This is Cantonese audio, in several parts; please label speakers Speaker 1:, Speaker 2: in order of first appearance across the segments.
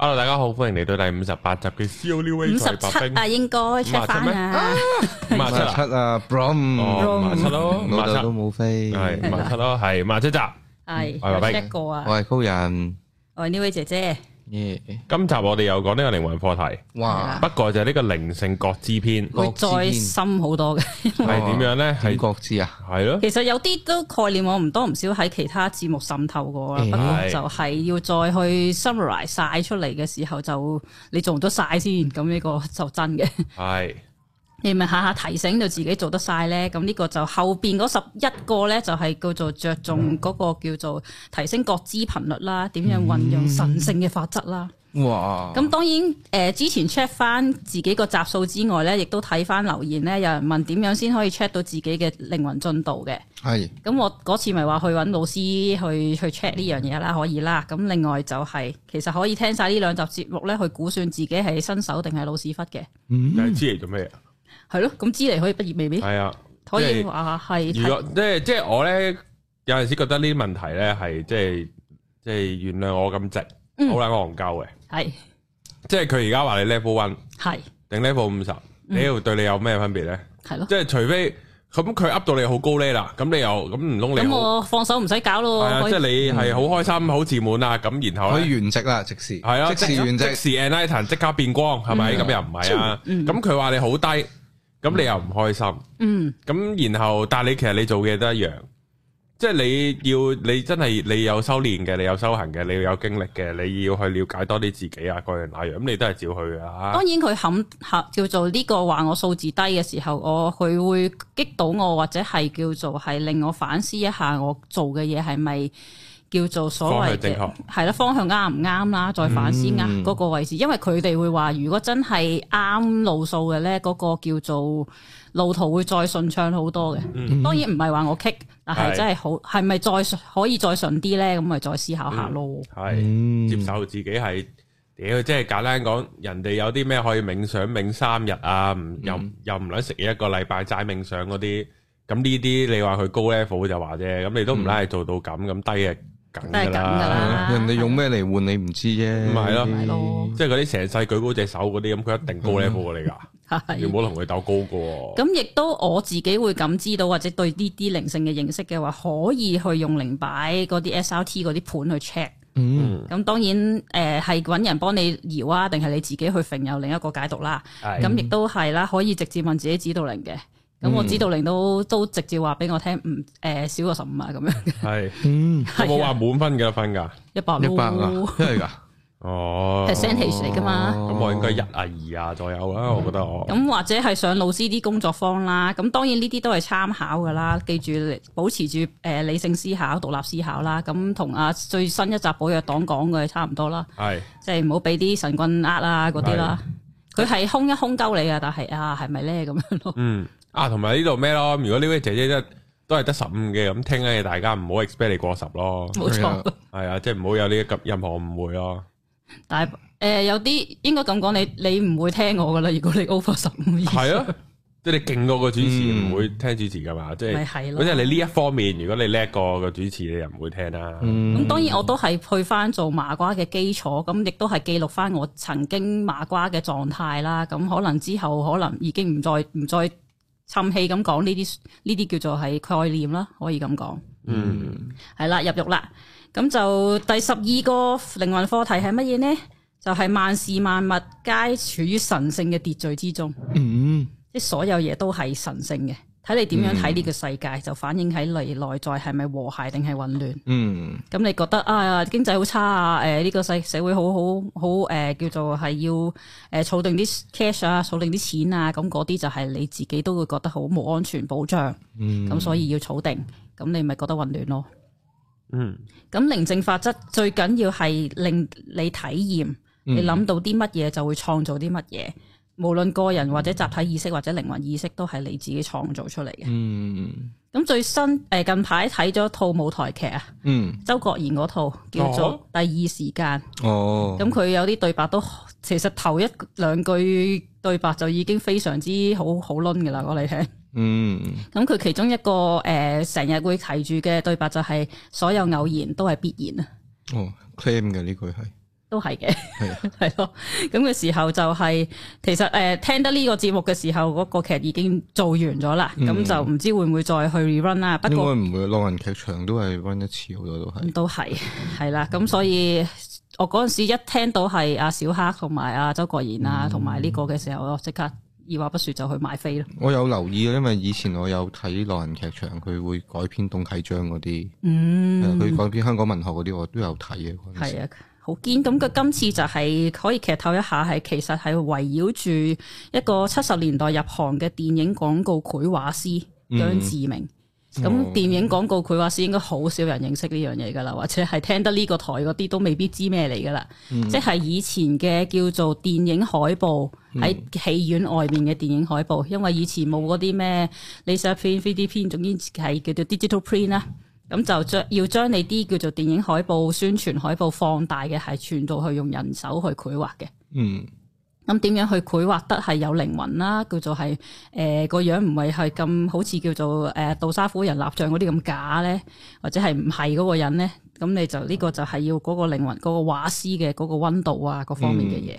Speaker 1: Hello，大家好，歡迎嚟到第五十八集嘅 C O New
Speaker 2: 五
Speaker 1: Age
Speaker 2: 十七啊，
Speaker 1: 白
Speaker 2: 應該 check 翻啊，
Speaker 1: 冰，五
Speaker 3: 五
Speaker 1: 啊七
Speaker 3: 十
Speaker 1: 啊，
Speaker 3: 七啊，Brom，
Speaker 1: 哦五啊七咯五啊
Speaker 3: 老
Speaker 1: 七
Speaker 3: 豆都冇飛。
Speaker 1: 係五啊七咯，係五啊七集。
Speaker 2: 係
Speaker 1: 我係白冰
Speaker 2: check 過啊。
Speaker 3: 我係高人，
Speaker 2: 我係呢位姐姐，
Speaker 3: 耶！
Speaker 1: 今集我哋又講呢個靈魂課題，
Speaker 3: 哇，
Speaker 1: 不過就係呢個靈性覺知篇，
Speaker 2: 會
Speaker 3: 各自
Speaker 2: 再
Speaker 3: 見
Speaker 2: 深好多嘅。
Speaker 1: 係點樣咧？
Speaker 3: 點
Speaker 1: 係
Speaker 3: 覺知啊？
Speaker 1: 係咯，
Speaker 2: 其實有啲都概念我唔多唔少喺其他節目滲透過啦，
Speaker 3: 嗯
Speaker 2: 不過
Speaker 1: 係
Speaker 2: 就係要再去 summarize 晒出嚟嘅時候，就你做唔到晒先，咁呢個就真嘅。
Speaker 1: 係
Speaker 2: 你咪下下提醒到自己做得晒咧，咁呢個就後邊嗰十一個咧，就係叫做着重嗰個叫做提升覺知頻率啦，點樣運用神聖嘅法則啦。
Speaker 1: 哦
Speaker 3: 哇！
Speaker 2: 咁當然誒、呃之前 check 翻自己個集數之外咧，亦都睇翻留言咧，有人問點樣先可以 check 到自己嘅靈魂進度嘅。
Speaker 3: 係
Speaker 2: 咁我嗰次咪話去揾老師去去 check 呢樣嘢啦，可以啦。咁另外就係、其實可以聽晒呢兩集節目咧，去估算自己係新手定係老屎忽嘅。
Speaker 1: 又係知嚟做咩啊？
Speaker 2: 係咯，咁知嚟可以畢業未必
Speaker 1: 係啊，
Speaker 2: 可
Speaker 1: 即
Speaker 2: 以
Speaker 1: 係
Speaker 2: 話係
Speaker 1: 如果即係即係我咧，有陣時覺得呢啲問題咧係即係即係原諒我咁直，
Speaker 2: 嗯
Speaker 1: 好撚戇鳩嘅。
Speaker 2: 係
Speaker 1: 即係佢而家話你 level one
Speaker 2: 係
Speaker 1: 定 level 五十，你呢度對你有咩分別咧？
Speaker 2: 係咯。
Speaker 1: 即係除非咁佢 up 到你好高 level 啦，咁你又咁唔通你
Speaker 2: 咁
Speaker 1: 好
Speaker 2: 我放手唔使搞
Speaker 1: 係
Speaker 2: 咯，
Speaker 1: 啊？
Speaker 2: 可
Speaker 1: 即
Speaker 2: 以
Speaker 1: 係你係好開心、好自滿啊，咁然後
Speaker 3: 可以
Speaker 1: 咧
Speaker 3: 原籍啦，即時
Speaker 1: 係啊，
Speaker 3: 即時原
Speaker 1: 即
Speaker 3: 籍，
Speaker 1: 時 enlighten 即刻變光係咪？
Speaker 3: 嗯
Speaker 1: 咁又唔係啊？咁佢話你好低，咁你又唔開心，
Speaker 2: 嗯
Speaker 1: 咁然後但係你其實你做嘅都一樣。即係你要你真係你有修煉嘅，你有修行嘅，你要有經歷嘅，你要去了解多啲自己啊，各樣那樣，咁你都係照去㗎啦。
Speaker 2: 當然佢冚嚇叫做呢個話我數字低嘅時候，我佢會激到我，或者係叫做係令我反思一下我做嘅嘢係咪叫做所
Speaker 1: 方
Speaker 2: 謂
Speaker 1: 向正
Speaker 2: 嘅
Speaker 1: 確嗯
Speaker 2: 係啦方向啱唔啱啦，再反思啱嗰個位置，因為佢哋會話如果真係啱路數嘅咧，嗰、個叫做路途會再順暢好多嘅。當然唔係話我棘，但
Speaker 1: 嗯
Speaker 2: 係
Speaker 1: 係
Speaker 2: 真係好係咪再可以再順啲咧？咁咪再思考下咯。
Speaker 1: 係。
Speaker 3: 嗯
Speaker 1: 接受自己係屌，即係簡單講，人哋有啲咩可以冥想冥三日啊，唔又又唔撚食嘢一個禮拜齋冥想嗰啲，咁呢啲你話佢高 level 就話啫，咁你都唔拉係做到咁，咁低嘅梗
Speaker 2: 都係
Speaker 1: 㗎
Speaker 2: 咁㗎
Speaker 1: 啦，
Speaker 2: 啦。
Speaker 3: 人哋用咩嚟換你唔知啫。
Speaker 1: 唔係咯
Speaker 2: 係咯
Speaker 1: 即係嗰啲成世舉高隻手嗰啲，咁佢一定高 level 過你㗎，
Speaker 2: 係
Speaker 1: 你唔好同佢鬥高過喎。
Speaker 2: 咁亦都我自己會感知到，或者對呢啲靈性嘅認識嘅話，可以去用靈擺嗰啲 SRT 嗰啲盤去 check。
Speaker 3: 嗯，
Speaker 1: 嗯，
Speaker 2: 咁當然誒係揾人幫你搖啊，定係你自己去揈有另一個解讀啦。
Speaker 1: 係
Speaker 2: 咁亦都係啦，可以直接問自己指導靈嘅。咁我指導靈都都直接話俾我聽，唔誒少過十五啊咁樣，
Speaker 1: 係，
Speaker 3: 嗯，
Speaker 1: 我冇話滿分嘅分㗎。
Speaker 2: 一百
Speaker 3: 一百啊
Speaker 2: 咯，
Speaker 3: 真係噶，
Speaker 1: 哦，咁
Speaker 2: percentage 嚟噶嘛。
Speaker 1: 我應該一啊二啊左右啦，我覺得我
Speaker 2: 咁或者係上老師啲工作坊啦，咁當然呢啲都係參考噶啦，記住保持住誒理性思考、獨立思考啦。咁同啊最新一集寶藥黨講嘅差唔多啦，
Speaker 1: 係
Speaker 2: 即係唔好俾啲神棍呃啊嗰啲啦。佢係空一空鳩你啊，但係啊係咪咧咁樣咯？
Speaker 1: 嗯啊，同埋呢度咩咯？如果呢位姐姐真係都係得十五嘅，咁聽嘅大家唔好 expect 你過十咯，
Speaker 2: 冇
Speaker 3: 係啊
Speaker 2: 錯，
Speaker 1: 係啊，即係唔好有呢咁任何誤會 咯。
Speaker 2: 但係誒、呃有啲應該咁講，你你唔會聽我噶啦。如果你 over 十五以上，
Speaker 1: 係啊，即係你勁過個主持，
Speaker 3: 嗯
Speaker 1: 唔會聽主持噶嘛。即
Speaker 2: 咪
Speaker 1: 係
Speaker 2: 係
Speaker 1: 咁
Speaker 2: 咯
Speaker 1: 即係你呢一方面，如果你叻過個主持，你又唔會聽啦。
Speaker 2: 咁
Speaker 3: 嗯，
Speaker 2: 當然我都係去翻做麻瓜嘅基礎，咁亦都係記錄翻我曾經麻瓜嘅狀態啦。咁可能之後可能已經唔再唔再沉氣咁講呢啲呢啲叫做係概念啦，可以咁講。
Speaker 1: 嗯，
Speaker 2: 係啦，入獄啦。咁就第十二個靈魂課題係乜嘢呢？就係、萬事萬物皆處於神聖嘅秩序之中，
Speaker 3: 嗯，
Speaker 2: 即係所有嘢都係神聖嘅。睇你點樣睇呢個世界，就反映喺你內在係咪和諧定係混亂。
Speaker 3: 嗯，
Speaker 2: 咁你覺得啊經濟好差啊？誒、呢、個世社會好好好誒、叫做係要誒、儲定啲 cash 啊，儲定啲錢啊，咁嗰啲就係你自己都會覺得好冇安全保障，咁、
Speaker 3: 嗯
Speaker 2: 所以要儲定，咁你咪覺得混亂咯。
Speaker 1: 嗯，
Speaker 2: 咁寧靜法則最緊要係令你體驗，你諗到啲乜嘢就會創造啲乜嘢，無論個人或者集體意識或者靈魂意識都係你自己創造出嚟嘅。
Speaker 3: 嗯，
Speaker 2: 咁最新誒、近排睇咗套舞台劇啊，
Speaker 3: 嗯，
Speaker 2: 周國賢嗰套叫
Speaker 1: 哦
Speaker 2: 做《第二時間》。
Speaker 3: 哦，
Speaker 2: 咁佢有啲對白都其實頭一兩句對白就已經非常之好好攆嘅啦，我嚟聽。
Speaker 3: 嗯，
Speaker 2: 咁佢其中一個誒成日會提住嘅對白就係所有偶然都係必然啊，
Speaker 3: 哦，claim 嘅呢句係，
Speaker 2: 都係嘅，
Speaker 3: 係啊
Speaker 2: 係咯。咁嘅時候就係、其實誒、呃、聽得呢個節目嘅時候，嗰、個劇已經做完咗啦。咁、
Speaker 3: 嗯
Speaker 2: 就唔知會唔會再去 rerun 啦。不
Speaker 3: 應
Speaker 2: 過
Speaker 3: 該唔會，浪人劇場都係 run 一次好多都係。
Speaker 2: 都係係啦，咁所以我嗰阵时一聽到係阿小黑同埋阿周國賢啊，同埋呢個嘅時候，我即刻二話不說就去買飛咯。
Speaker 3: 我有留意嘅，因為以前我有睇浪人劇場，佢會改編董啟章嗰啲，係啊
Speaker 2: 嗯，
Speaker 3: 佢改編香港文學嗰啲，我都有睇嘅嗰陣時。
Speaker 2: 係啊。好堅咁佢今次就係可以劇透一下，係其實係圍繞住一個七十年代入行嘅電影廣告繪畫師
Speaker 3: 嗯
Speaker 2: 姜志明。咁、
Speaker 3: 哦
Speaker 2: 電影廣告繪畫師應該好少人認識呢樣嘢㗎啦，或者係聽得呢個台嗰啲都未必知咩嚟㗎啦。即係以前嘅叫做電影海報，喺戲院外面嘅電影海報，因為以前冇嗰啲咩 laser print、3D print，總之係叫做 digital print 啦。咁就將要將你啲叫做電影海報、宣傳海報放大嘅，係傳到去用人手去繪畫嘅。
Speaker 3: 嗯
Speaker 2: 咁點樣去繪畫得係有靈魂啦？叫做係誒個樣唔係係咁好似叫做誒、呃、杜沙夫人立像嗰啲咁假咧，或者係唔係嗰個人咧？咁你就呢、個就係要嗰個靈魂、嗰、個畫師嘅嗰個温度啊，各方面嘅嘢。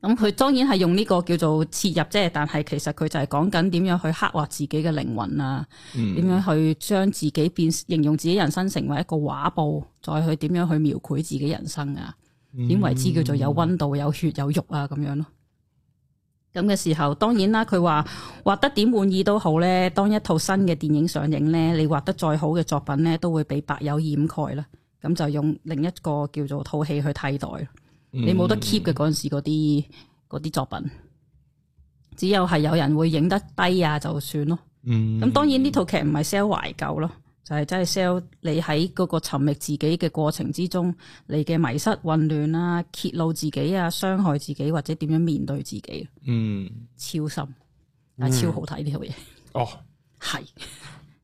Speaker 2: 咁佢、當然係用呢個叫做切入啫，但係其實佢就係講緊點樣去刻畫自己嘅靈魂啊，點、
Speaker 3: 嗯
Speaker 2: 樣去將自己變形容自己人生成為一個畫布，再去點樣去描繪自己人生啊。
Speaker 3: 嗯
Speaker 2: 點為之叫做有温度、有血、有肉啊咁樣咯。咁嘅時候，當然啦，佢話畫得點滿意都好咧。當一套新嘅電影上映咧，你畫得再好嘅作品咧，都會被白有掩蓋啦。咁就用另一個叫做套戲去替代。
Speaker 3: 嗯
Speaker 2: 你冇得 keep 嘅嗰陣時嗰啲嗰啲作品，只有係有人會影得低啊，就算咯。
Speaker 3: 嗯
Speaker 2: 咁當然呢套劇唔係 sell 懷舊咯，就係、真係 sell 你喺嗰個尋覓自己嘅過程之中，你嘅迷失、混亂啊、揭露自己啊、傷害自己或者點樣面對自己，
Speaker 3: 嗯
Speaker 2: 超深，但係超好睇呢套嘢，
Speaker 1: 哦，
Speaker 2: 係、
Speaker 1: 嗯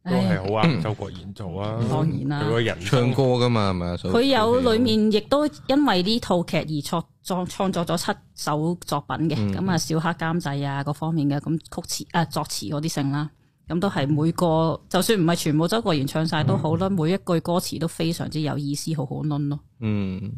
Speaker 1: 都係好啊，周國賢做啊，
Speaker 2: 嗯當然啦
Speaker 1: 佢個人
Speaker 3: 唱歌噶嘛係咪啊？所以
Speaker 2: 佢有裡面亦都因為呢套劇而創創創作咗七首作品嘅，咁啊、小黑監製啊各方面嘅咁曲詞啊作詞嗰啲性啦，咁都係每個就算唔係全部周國賢唱晒都好啦，每一句歌詞都非常之有意思，好好攆咯。
Speaker 3: 嗯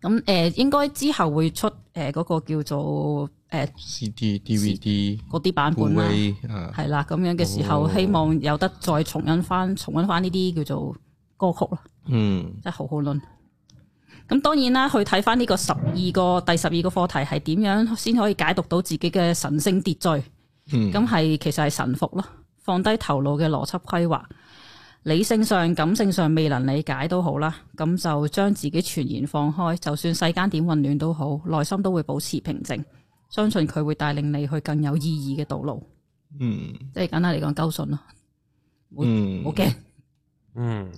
Speaker 2: 咁誒、呃、應該之後會出誒嗰、個叫做誒
Speaker 3: CD、DVD、
Speaker 2: 嗰啲版本啦，
Speaker 3: Blu-ray 啊，
Speaker 2: 係啦咁樣嘅時候，
Speaker 3: 哦
Speaker 2: 希望有得再重印翻重印翻呢啲叫做歌曲咯。
Speaker 3: 嗯
Speaker 2: 真係好好論。咁當然啦，去睇翻呢個十二個第十二個課題係點樣先可以解讀到自己嘅神聖秩序？
Speaker 3: 嗯
Speaker 2: 咁係其實係臣服咯，放低頭腦嘅邏輯規劃，理性上、感性上未能理解都好啦，咁就將自己全然放開，就算世間點混亂都好，內心都會保持平靜，相信佢會帶領你去更有意義嘅道路。
Speaker 3: 嗯
Speaker 2: 即係簡單嚟講，鳩信咯，
Speaker 3: 嗯，
Speaker 2: 冇驚，
Speaker 1: 嗯，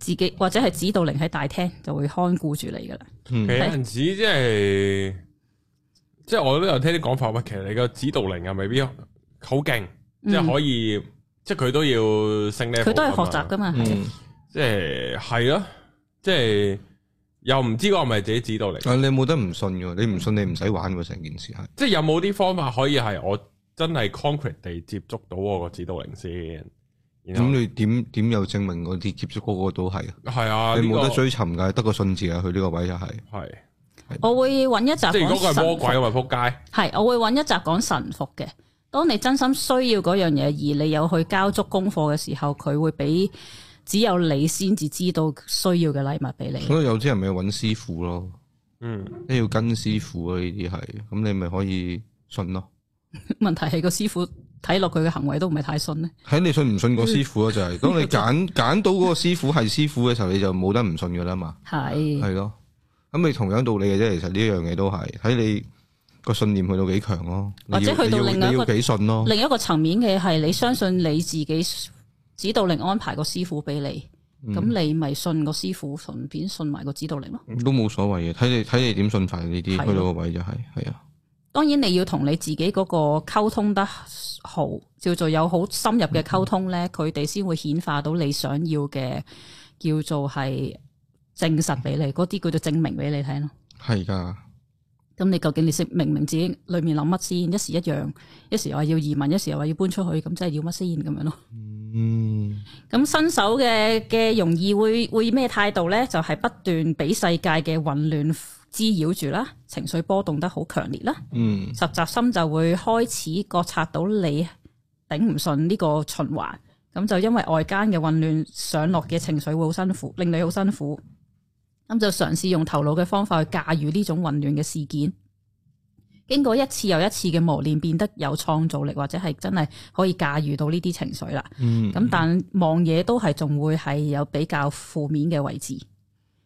Speaker 2: 自己或者係指導靈喺大廳就會看顧住你噶啦。
Speaker 1: 其實有陣時即係即係我都有聽啲講法，喂，其實你個指導靈啊，未必好勁，即係可以，即係佢都要升呢，
Speaker 2: 嗯佢都係學習噶嘛，係啊
Speaker 3: 嗯
Speaker 1: 即係係咯，即係又唔知嗰個係咪自己指導嚟，
Speaker 3: 啊！你冇得唔信嘅，你唔信你唔使玩喎，成件事係。
Speaker 1: 即係有冇啲方法可以係我真係 concrete 地接觸到我個指導靈先？然後
Speaker 3: 咁你點點又證明嗰啲接觸嗰個都係啊？
Speaker 1: 係啊，
Speaker 3: 你
Speaker 1: 呢個
Speaker 3: 冇得追尋㗎，得個信字啊！佢呢個位就係
Speaker 1: 係，
Speaker 2: 我會揾一集
Speaker 1: 即係如果佢
Speaker 2: 講
Speaker 1: 係魔
Speaker 2: 神
Speaker 1: 鬼，
Speaker 2: 服，
Speaker 1: 咁咪撲街。
Speaker 2: 係我會揾一集講神服嘅。當你真心需要嗰樣嘢，而你有去交足功課嘅時候，佢會俾只有你先至知道需要嘅禮物俾你。
Speaker 3: 所以有啲人咪揾師傅咯，
Speaker 1: 嗯，
Speaker 3: 即係要跟師傅啊！呢啲係，咁你咪可以信咯。
Speaker 2: 問題係個師傅睇落佢嘅行為都唔係太信咧。
Speaker 3: 睇你信唔信個師傅咯，就 係當你揀揀到嗰個師傅係師傅嘅時候，你就冇得唔信㗎啦嘛，
Speaker 2: 係
Speaker 3: 係咯。咁你同樣道理嘅啫，其實呢樣嘢都係睇你個信念去到幾強咯，你要
Speaker 2: 或者去到
Speaker 3: 你要
Speaker 2: 另外一
Speaker 3: 你
Speaker 2: 個
Speaker 3: 要幾信咯，
Speaker 2: 另一個層面嘅係你相信你自己指導靈安排個師傅俾
Speaker 1: 嗯
Speaker 2: 你，咁、你咪信個師傅，順便信埋個指導靈咯。
Speaker 3: 都冇所謂嘅。睇你睇你點信法呢啲，去
Speaker 2: 係
Speaker 3: 到
Speaker 2: 咯
Speaker 3: 個位就係係啊，
Speaker 2: 當然你要同你自己嗰個溝通得好，叫做有好深入嘅溝通咧，佢哋先會顯化到你想要嘅叫做係證實俾你，嗰啲叫做證明俾你睇咯。
Speaker 3: 係㗎。
Speaker 2: 咁你究竟你識明唔明自己裏面諗乜先？一時一樣，一時又話要移民，一時又話要搬出去，咁真係要乜先咁樣咯？
Speaker 3: 嗯，
Speaker 2: 咁新手嘅嘅容易會會咩態度呢？就係、不斷俾世界嘅混亂滋擾住啦，情緒波動得好強烈啦。
Speaker 3: 嗯，
Speaker 2: 實習心就會開始覺察到你頂唔順呢個循環，咁就因為外間嘅混亂上落嘅情緒會好辛苦，令你好辛苦。咁就嘗試用頭腦嘅方法去駕馭呢種混亂嘅事件。經過一次又一次嘅磨練，變得有創造力，或者係真係可以駕馭到呢啲情緒啦。
Speaker 3: 嗯，
Speaker 2: 咁但望嘢都係仲會係有比較負面嘅位置。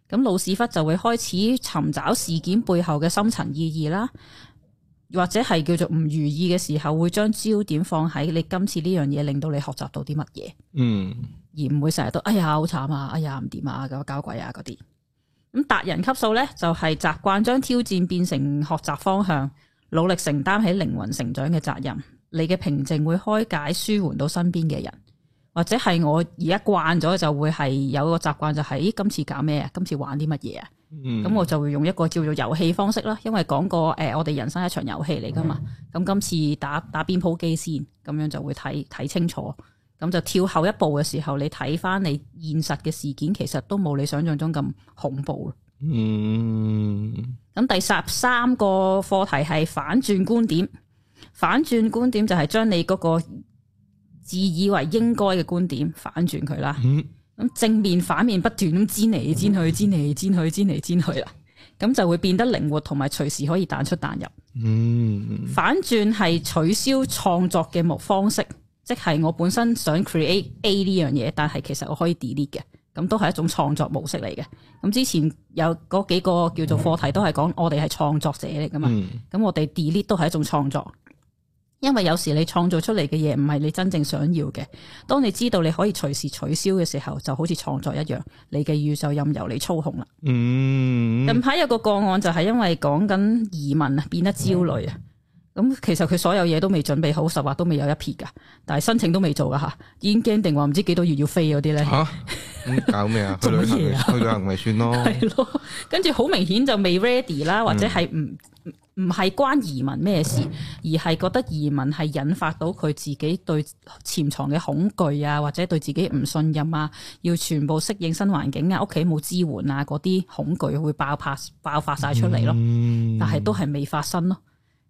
Speaker 2: 咁老屎忽就會開始尋找事件背後嘅深層意義啦，或者係叫做唔如意嘅時候，會將焦點放喺你今次呢樣嘢令到你學習到啲乜嘢。
Speaker 3: 嗯，
Speaker 2: 而唔會成日都哎呀好慘啊，哎呀唔掂啊，搞搞鬼啊嗰啲。咁達人級數呢，就係習慣將挑戰變成學習方向，努力承擔起靈魂成長嘅責任。你嘅平靜會開解舒緩到身邊嘅人，或者係我而家慣咗就會係有個習慣就係、咦今次搞咩啊？今次玩啲乜嘢啊？
Speaker 3: 嗯，
Speaker 2: 咁我就會用一個叫做遊戲方式啦，因為講過誒、呃我哋人生一場遊戲嚟噶嘛。咁今次打打邊鋪機先，咁樣就會睇睇清楚。咁就跳後一步嘅時候，你睇翻你現實嘅事件，其實都冇你想象中咁恐怖咯。
Speaker 3: 嗯，
Speaker 2: 咁第十三個課題係反轉觀點，反轉觀點就係將你嗰個自以為應該嘅觀點反轉佢啦。
Speaker 3: 嗯
Speaker 2: 咁正面反面不斷咁煎嚟煎去，煎嚟煎去，煎嚟煎去啦。咁就會變得靈活，同埋隨時可以彈出彈入。
Speaker 3: 嗯，
Speaker 2: 反轉係取消創作嘅目方式，即係我本身想 create A 呢樣嘢，但係其實我可以 delete 嘅，咁都係一種創作模式嚟嘅。咁之前有嗰幾個叫做課題都係講我哋係創作者嚟噶嘛，
Speaker 3: 嗯，
Speaker 2: 咁我哋 delete 都係一種創作，因為有時你創造出嚟嘅嘢唔係你真正想要嘅。當你知道你可以隨時取消嘅時候，就好似創作一樣，你嘅宇宙任由你操控啦。
Speaker 3: 嗯，
Speaker 2: 近排有個個案就係因為講緊移民啊，變得焦慮啊。咁其實佢所有嘢都未準備好，實話都未有一撇噶，但係申請都未做噶吓，已經驚定話唔知幾多月要飛嗰啲咧。
Speaker 3: 吓，咁 搞咩啊？去旅行
Speaker 2: 做乜嘢啊
Speaker 3: 咪，去旅行咪算咯。
Speaker 2: 係咯，跟住好明顯就未 ready 啦，或者係唔唔唔係關移民咩事，而係覺得移民係引發到佢自己對潛藏嘅恐懼啊，或者對自己唔信任啊，要全部適應新環境啊，屋企冇支援啊，嗰啲恐懼會爆發爆發晒出嚟咯。
Speaker 3: 嗯
Speaker 2: 但係都係未發生咯。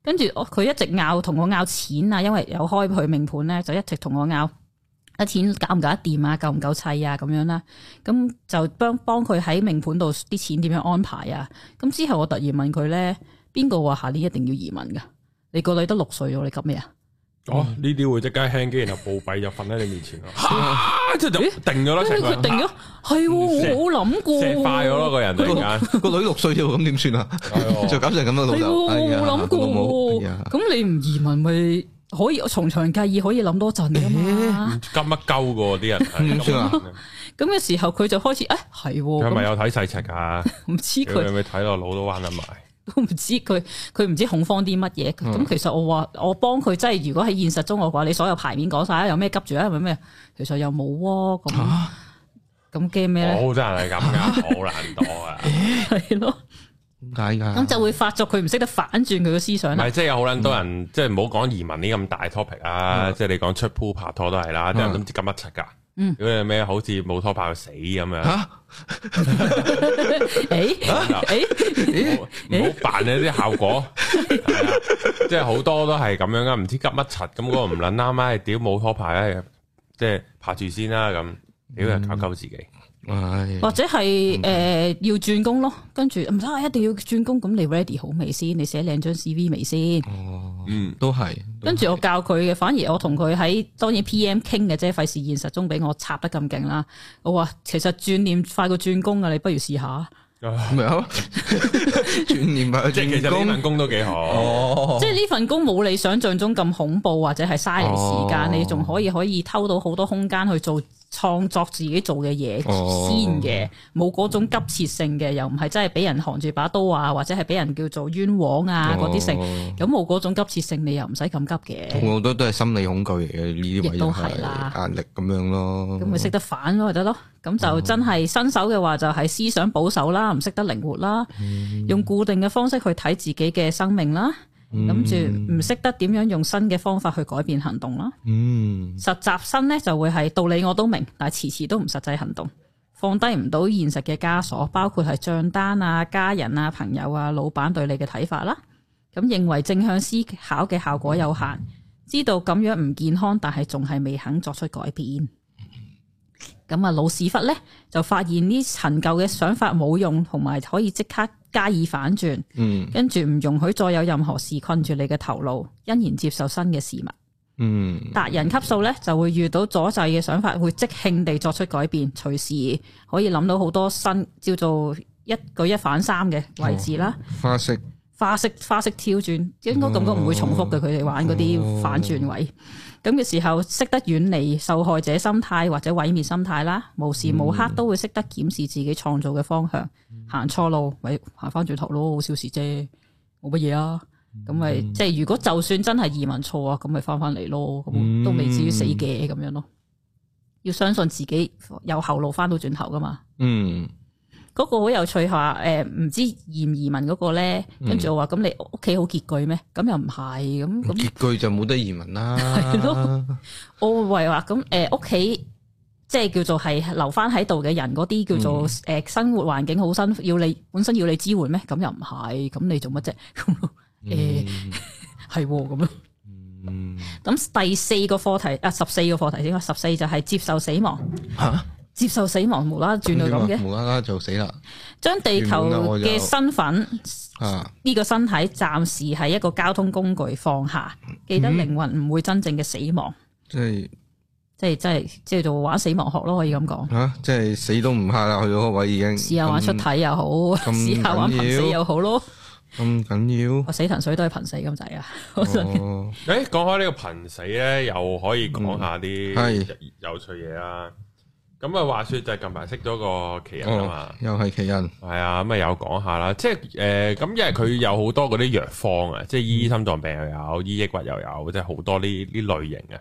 Speaker 2: 跟住我佢一直拗同我拗錢啊，因為有開佢命盤咧，就一直同我拗啊錢搞唔搞得掂啊，夠唔夠砌啊咁樣啦。咁就幫幫佢喺命盤度啲錢點樣安排啊。咁之後我突然問佢咧，邊個話下年一定要移民噶？你個女得六歲咗，你急咩啊？
Speaker 1: 哦，呢啲會即刻輕機，然後暴斃就瞓喺你面前咯，啊 即係就定咗啦，
Speaker 2: 跟
Speaker 1: 成
Speaker 2: 住
Speaker 1: 個
Speaker 2: 佢
Speaker 1: 人
Speaker 2: 定咗，係喎，我冇諗過
Speaker 1: 石
Speaker 2: 喎，
Speaker 1: 化咗咯，個人突然間。
Speaker 3: 個女六歲啫喎，咁點算啊？
Speaker 1: 哎
Speaker 3: 就
Speaker 1: 呦
Speaker 3: 搞成咁啊，老
Speaker 2: 係喎，
Speaker 3: 豆。
Speaker 2: 我
Speaker 3: 哎呀
Speaker 2: 冇諗
Speaker 3: 個老母
Speaker 2: 過
Speaker 3: 哎
Speaker 2: 喎
Speaker 3: 呀。
Speaker 2: 咁你唔移民咪可以從長計議，可以諗多陣噶嘛？
Speaker 1: 急乜鳩嘅喎啲人 係，
Speaker 3: 點算啊
Speaker 2: 嗯咁嘅時候佢就開始，誒係
Speaker 1: 佢係咪
Speaker 2: 喎，
Speaker 1: 有睇細尺㗎？
Speaker 2: 咁唔知
Speaker 1: 佢
Speaker 2: 佢
Speaker 1: 係咪啊睇到腦都彎得埋？
Speaker 2: 都唔知佢佢唔知恐慌啲乜嘢。
Speaker 1: 嗯
Speaker 2: 咁其實我話我幫佢，即係如果喺現實中我話你所有牌面講晒啦，有咩急住啊，有咩其實又冇喎，咁咁驚咩咧？
Speaker 1: 好真係咁 㗎，好難度啊！
Speaker 2: 係咯，
Speaker 3: 點解㗎？
Speaker 2: 咁就會發作佢唔識得反轉佢嘅思想
Speaker 1: 唔
Speaker 2: 啦。
Speaker 1: 係，即係有好撚多人，
Speaker 2: 嗯
Speaker 1: 即係唔好講移民呢咁大 topic 啊！即係你講出鋪拍拖都係啦，啲人都唔知咁乜柒㗎。
Speaker 2: 嗯
Speaker 1: 如果你咩好似冇拖拍就死咁樣，
Speaker 3: 吓，
Speaker 2: 誒誒，
Speaker 1: 啊 唔好唔好扮呢啲效果，係啊即係好多都係咁樣噶，唔知急乜柒咁嗰個唔撚啱啊！屌冇拖拍啊，即係拍住先啦咁，屌
Speaker 3: 嗯
Speaker 1: 又搞鳩自己，
Speaker 3: 唉，
Speaker 2: 或者係
Speaker 1: 嗯
Speaker 2: 誒要轉工咯，跟住唔使啊，一定要轉工，咁你 ready 好未先？你寫靚張 CV 未先？
Speaker 3: 哦，
Speaker 1: 嗯，
Speaker 3: 都係。
Speaker 2: 跟住我教佢嘅，反而我同佢喺當然 P.M. 傾嘅啫，費事現實中俾我插得咁勁啦。我話其實轉念快過轉工啊，你不如試下。
Speaker 3: 咪 啊，轉念啊，
Speaker 1: 即係其
Speaker 3: 轉
Speaker 1: 實呢份
Speaker 3: 工。
Speaker 1: 工都幾好，
Speaker 3: 哦
Speaker 2: 即，係呢份工冇你想象中咁恐怖，或者係嘥你時間，
Speaker 3: 哦
Speaker 2: 你仲可以可以偷到好多空間去做創作自己做嘅嘢
Speaker 3: 哦
Speaker 2: 先嘅，冇嗰種急切性嘅，又唔係真係俾人扛住把刀啊，或者係俾人叫做冤枉啊嗰啲性，
Speaker 3: 性，
Speaker 2: 咁冇嗰種急切性，你又唔使咁急嘅，
Speaker 3: 哦我覺得都係心理恐懼嚟嘅，呢啲位
Speaker 2: 亦
Speaker 3: 就
Speaker 2: 都
Speaker 3: 係
Speaker 2: 係啦
Speaker 3: 壓力咁樣咯。
Speaker 2: 咁咪哦識得反咯咪得咯，咁就真係新手嘅話就係思想保守啦，唔識得靈活啦，用固定嘅方式去睇自己嘅生命啦，諗住唔識得點樣用新嘅方法去改變行動啦。
Speaker 3: 嗯，
Speaker 2: 實習生咧就會係道理我都明，但係遲遲都唔實際行動，放低唔到現實嘅枷鎖，包括係帳單啊、家人啊、朋友啊、老闆對你嘅睇法啦。咁認為正向思考嘅效果有限，知道咁樣唔健康，但係仲係未肯作出改變。咁啊，老屎忽咧就發現呢陳舊嘅想法冇用，同埋可以即刻加以反轉，
Speaker 3: 嗯，
Speaker 2: 跟住唔容許再有任何事困住你嘅頭腦，欣然接受新嘅事物。
Speaker 3: 嗯，
Speaker 2: 達人級數咧就會遇到阻滯嘅想法，會即興地作出改變，隨時可以諗到好多新叫做一舉一反三嘅位置啦，
Speaker 3: 花式
Speaker 2: 花式花式挑轉，應該感覺唔會重複嘅。佢哋玩嗰啲反轉位，咁嘅時候識得遠離受害者心態或者毀滅心態啦，無時無刻都會識得檢視自己創造嘅方向，行錯路咪行翻轉頭咯，好小事啫，冇乜嘢啊。咁咪即係如果就算真係移民錯啊，咁咪翻翻嚟咯，咁都未至於死嘅咁樣咯。要相信自己有後路翻到轉頭噶嘛。
Speaker 3: 嗯，
Speaker 2: 嗰個好有趣話誒，唔、知移唔移民嗰個咧，
Speaker 3: 嗯
Speaker 2: 跟住我話咁你屋企好拮據咩？咁又唔係咁咁，
Speaker 3: 結句就冇得移民啦。
Speaker 2: 係咯我為話咁誒屋企即係叫做係留翻喺度嘅人嗰啲叫做誒、
Speaker 3: 嗯
Speaker 2: 呃生活環境好辛苦，要你本身要你支援咩？咁又唔係，咁你做乜啫？ 咁咯誒係喎咁咯。
Speaker 3: 嗯，
Speaker 2: 咁第四個課題啊，十四個課題應該十四就係接受死亡，
Speaker 3: 吓
Speaker 2: 接受死亡無啦啦轉到咁
Speaker 3: 點啊
Speaker 2: 嘅，
Speaker 3: 無啦啦就死啦
Speaker 2: 將地球
Speaker 3: 原本啊我就
Speaker 2: 嘅身份。
Speaker 3: 啊！
Speaker 2: 呢個身體暫時係一個交通工具放下，記得靈魂唔會真正嘅死亡，
Speaker 3: 即係
Speaker 2: 即係即係即係做玩死亡學咯，可以咁講。
Speaker 3: 吓，即係死都唔怕啦，去到嗰位已經
Speaker 2: 試下玩出
Speaker 3: 咁
Speaker 2: 體又好，
Speaker 3: 咁
Speaker 2: 試下玩瀕死又好咯。
Speaker 3: 咁緊
Speaker 2: 我死藤水都係瀕死咁滯啊！
Speaker 3: 要哦，
Speaker 1: 诶，讲开呢個貧死咧，又可以講下啲
Speaker 3: 嗯
Speaker 1: 有趣嘢啦。咁啊，話说就係近排識咗個奇人啊嘛
Speaker 3: 哦，，又係奇人，
Speaker 1: 係啊，咁啊有講下啦。即係诶，咁、因為佢有好多嗰啲藥方啊，即係醫心臟病又有，醫抑鬱又有，即係好多呢呢類型啊。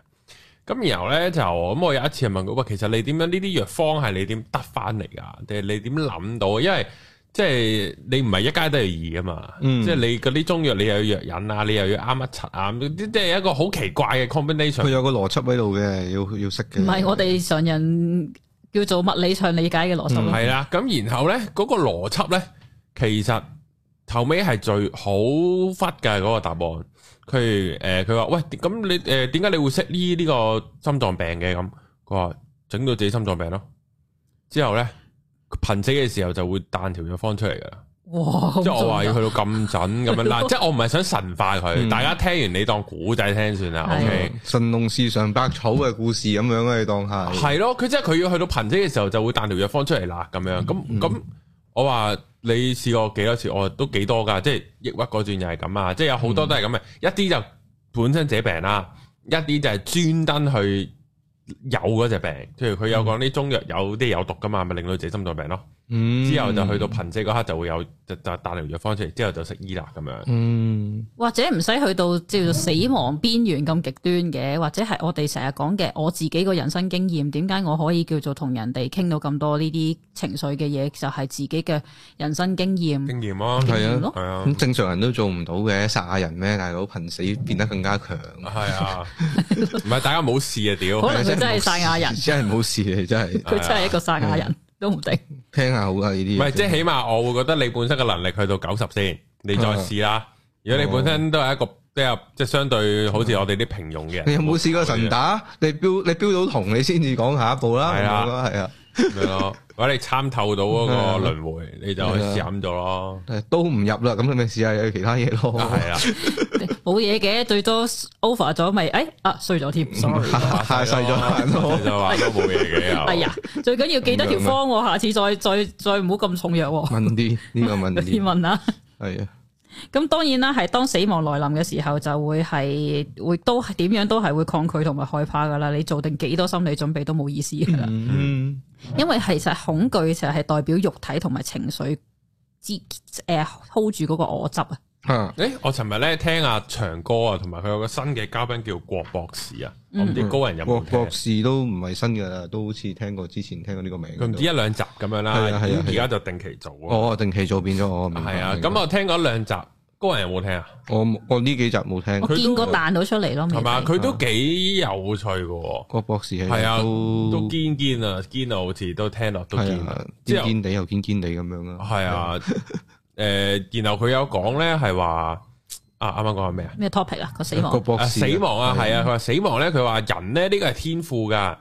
Speaker 1: 咁然後咧就咁，我有一次係問佢，喂，其實你點樣呢啲藥方係你點得翻嚟㗎？定係你點諗到？因為即係你唔係一加一等於二啊嘛，
Speaker 3: 嗯
Speaker 1: 即係你嗰啲中藥你又要藥引啊，你又要啱一柒啊，咁即即係一個好奇怪嘅
Speaker 3: 佢
Speaker 1: combination。
Speaker 3: 有個邏輯喺度嘅，要要識嘅。
Speaker 2: 唔係我哋常人叫做物理上理解嘅邏輯咯。
Speaker 1: 嗯係啦，咁然後咧嗰、個邏輯咧，其實頭尾係最好忽嘅嗰個答案。佢誒佢話喂，咁你誒點解你會識呢呢個心臟病嘅咁？佢話整到自己心臟病咯，之後咧貧死嘅時候就會彈條藥方出嚟噶啦。
Speaker 2: 哇！
Speaker 1: 即係我
Speaker 2: 話
Speaker 1: 話要去到咁準咁樣啦，即係我唔係想神化佢，
Speaker 3: 嗯
Speaker 1: 大家聽完你當古仔聽算啦。
Speaker 2: 係
Speaker 1: OK，
Speaker 3: 神農氏上百草嘅故事咁樣嘅，你當係
Speaker 1: 係咯，佢即係佢要去到貧死嘅時候就會彈條藥方出嚟啦，咁樣咁咁，我話你試過幾多次？我話都幾多㗎，即係抑鬱嗰轉又係咁啊，即係有好多都係咁嘅，一啲就本身自己病啦，一啲就係專登去有嗰隻病，譬如佢有講啲中藥有啲有毒㗎嘛，咪令到自己心臟病咯。
Speaker 3: 嗯
Speaker 1: 之後就去到貧死嗰刻就會有就就彈條藥方出嚟，之後就食醫啦咁樣。
Speaker 3: 嗯
Speaker 2: 或者唔使去到叫做死亡邊緣咁極端嘅，或者係我哋成日講嘅我自己個人生經驗，點解我可以叫做同人哋傾到咁多呢啲情緒嘅嘢，就係、自己嘅人生經驗。
Speaker 1: 經驗咯，
Speaker 3: 係
Speaker 2: 經驗
Speaker 3: 啊
Speaker 2: 咯。
Speaker 1: 係啊，
Speaker 3: 咁正常人都做唔到嘅，殺下人咩大佬，貧死變得更加強。
Speaker 1: 係啊，唔係大家冇事啊，屌，
Speaker 2: 可能佢真係殺下人
Speaker 3: 真係冇事你真係啊
Speaker 2: 佢真係一個撒亞人都唔定，
Speaker 3: 聽下好啊呢啲嘢。
Speaker 1: 唔係即係起碼我會覺得你本身嘅能力去到九十先，你再
Speaker 3: 嗯
Speaker 1: 試啦。如果你本
Speaker 3: 哦
Speaker 1: 身都係一個比較即係相對好似我哋啲平庸嘅人，
Speaker 3: 嗯你 有冇試過神打？你標你標到銅，你先至講下一步啦。
Speaker 1: 係啊
Speaker 3: 好係啊，
Speaker 1: 咁樣咯？或者你參透到嗰
Speaker 3: 嗯
Speaker 1: 個輪迴，你
Speaker 3: 啊
Speaker 1: 就去試飲咗咯。
Speaker 3: 都唔入啦，咁你咪試下有其他嘢咯。
Speaker 1: 係啊，
Speaker 2: 冇嘢嘅，最多 over 咗咪，哎啊衰咗添，sorry。
Speaker 3: 太 細 咗眼咯。
Speaker 1: 就話都冇嘢嘅又。
Speaker 2: 哎呀，最緊要記得條方喎，下次再再再唔好咁重藥喎。
Speaker 3: 問啲呢個問
Speaker 2: 有啲
Speaker 3: 啲
Speaker 2: 問啦，
Speaker 3: 係啊，
Speaker 2: 咁當然啦，係當死亡來臨嘅時候，就會係會都係點樣都係會抗拒同埋害怕噶啦。你做定幾多心理準備都冇意思噶啦，
Speaker 3: 嗯，
Speaker 2: 因為其實恐懼就係代表肉體同埋情緒之誒 hold 住嗰個我執啊。
Speaker 3: 吓，
Speaker 1: 诶，我尋日咧聽阿長哥啊，同埋佢有個新嘅嘉賓叫郭博士啊，
Speaker 3: 嗯
Speaker 1: 我唔知高人有
Speaker 3: 博
Speaker 1: 冇聽
Speaker 3: 博士都唔係新嘅啦，都好似聽過之前聽過呢個名。
Speaker 1: 佢唔知一兩集咁樣啦，
Speaker 3: 係啊係啊係
Speaker 1: 咁
Speaker 3: 啊哦
Speaker 1: 而家就定期做啊。
Speaker 3: 我定期做變咗我。明白
Speaker 1: 係啊，
Speaker 3: 明白
Speaker 1: 咁我聽嗰兩集，高人有冇聽啊？
Speaker 3: 我冇我呢幾集冇 聽。
Speaker 2: 我見過彈到出嚟咯，
Speaker 1: 係嘛，
Speaker 2: 未睇
Speaker 1: 佢都幾有趣嘅喎，
Speaker 3: 郭博士係
Speaker 1: 係啊，
Speaker 3: 都
Speaker 1: 都堅堅啊，堅啊，好似都聽落都
Speaker 3: 係
Speaker 1: 堅啊
Speaker 3: 啊，，
Speaker 1: 之
Speaker 3: 堅
Speaker 1: 後
Speaker 3: 堅地又堅堅地咁樣啦。
Speaker 1: 係啊，诶，然後佢有講咧係話啊，啱啱講係咩啊？
Speaker 2: 咩 topic 啊？個死
Speaker 3: 郭
Speaker 2: 亡
Speaker 3: 博
Speaker 1: 啊
Speaker 3: 士
Speaker 1: 死亡啊，係啊，佢話死亡咧，佢話人咧呢個係天賦㗎，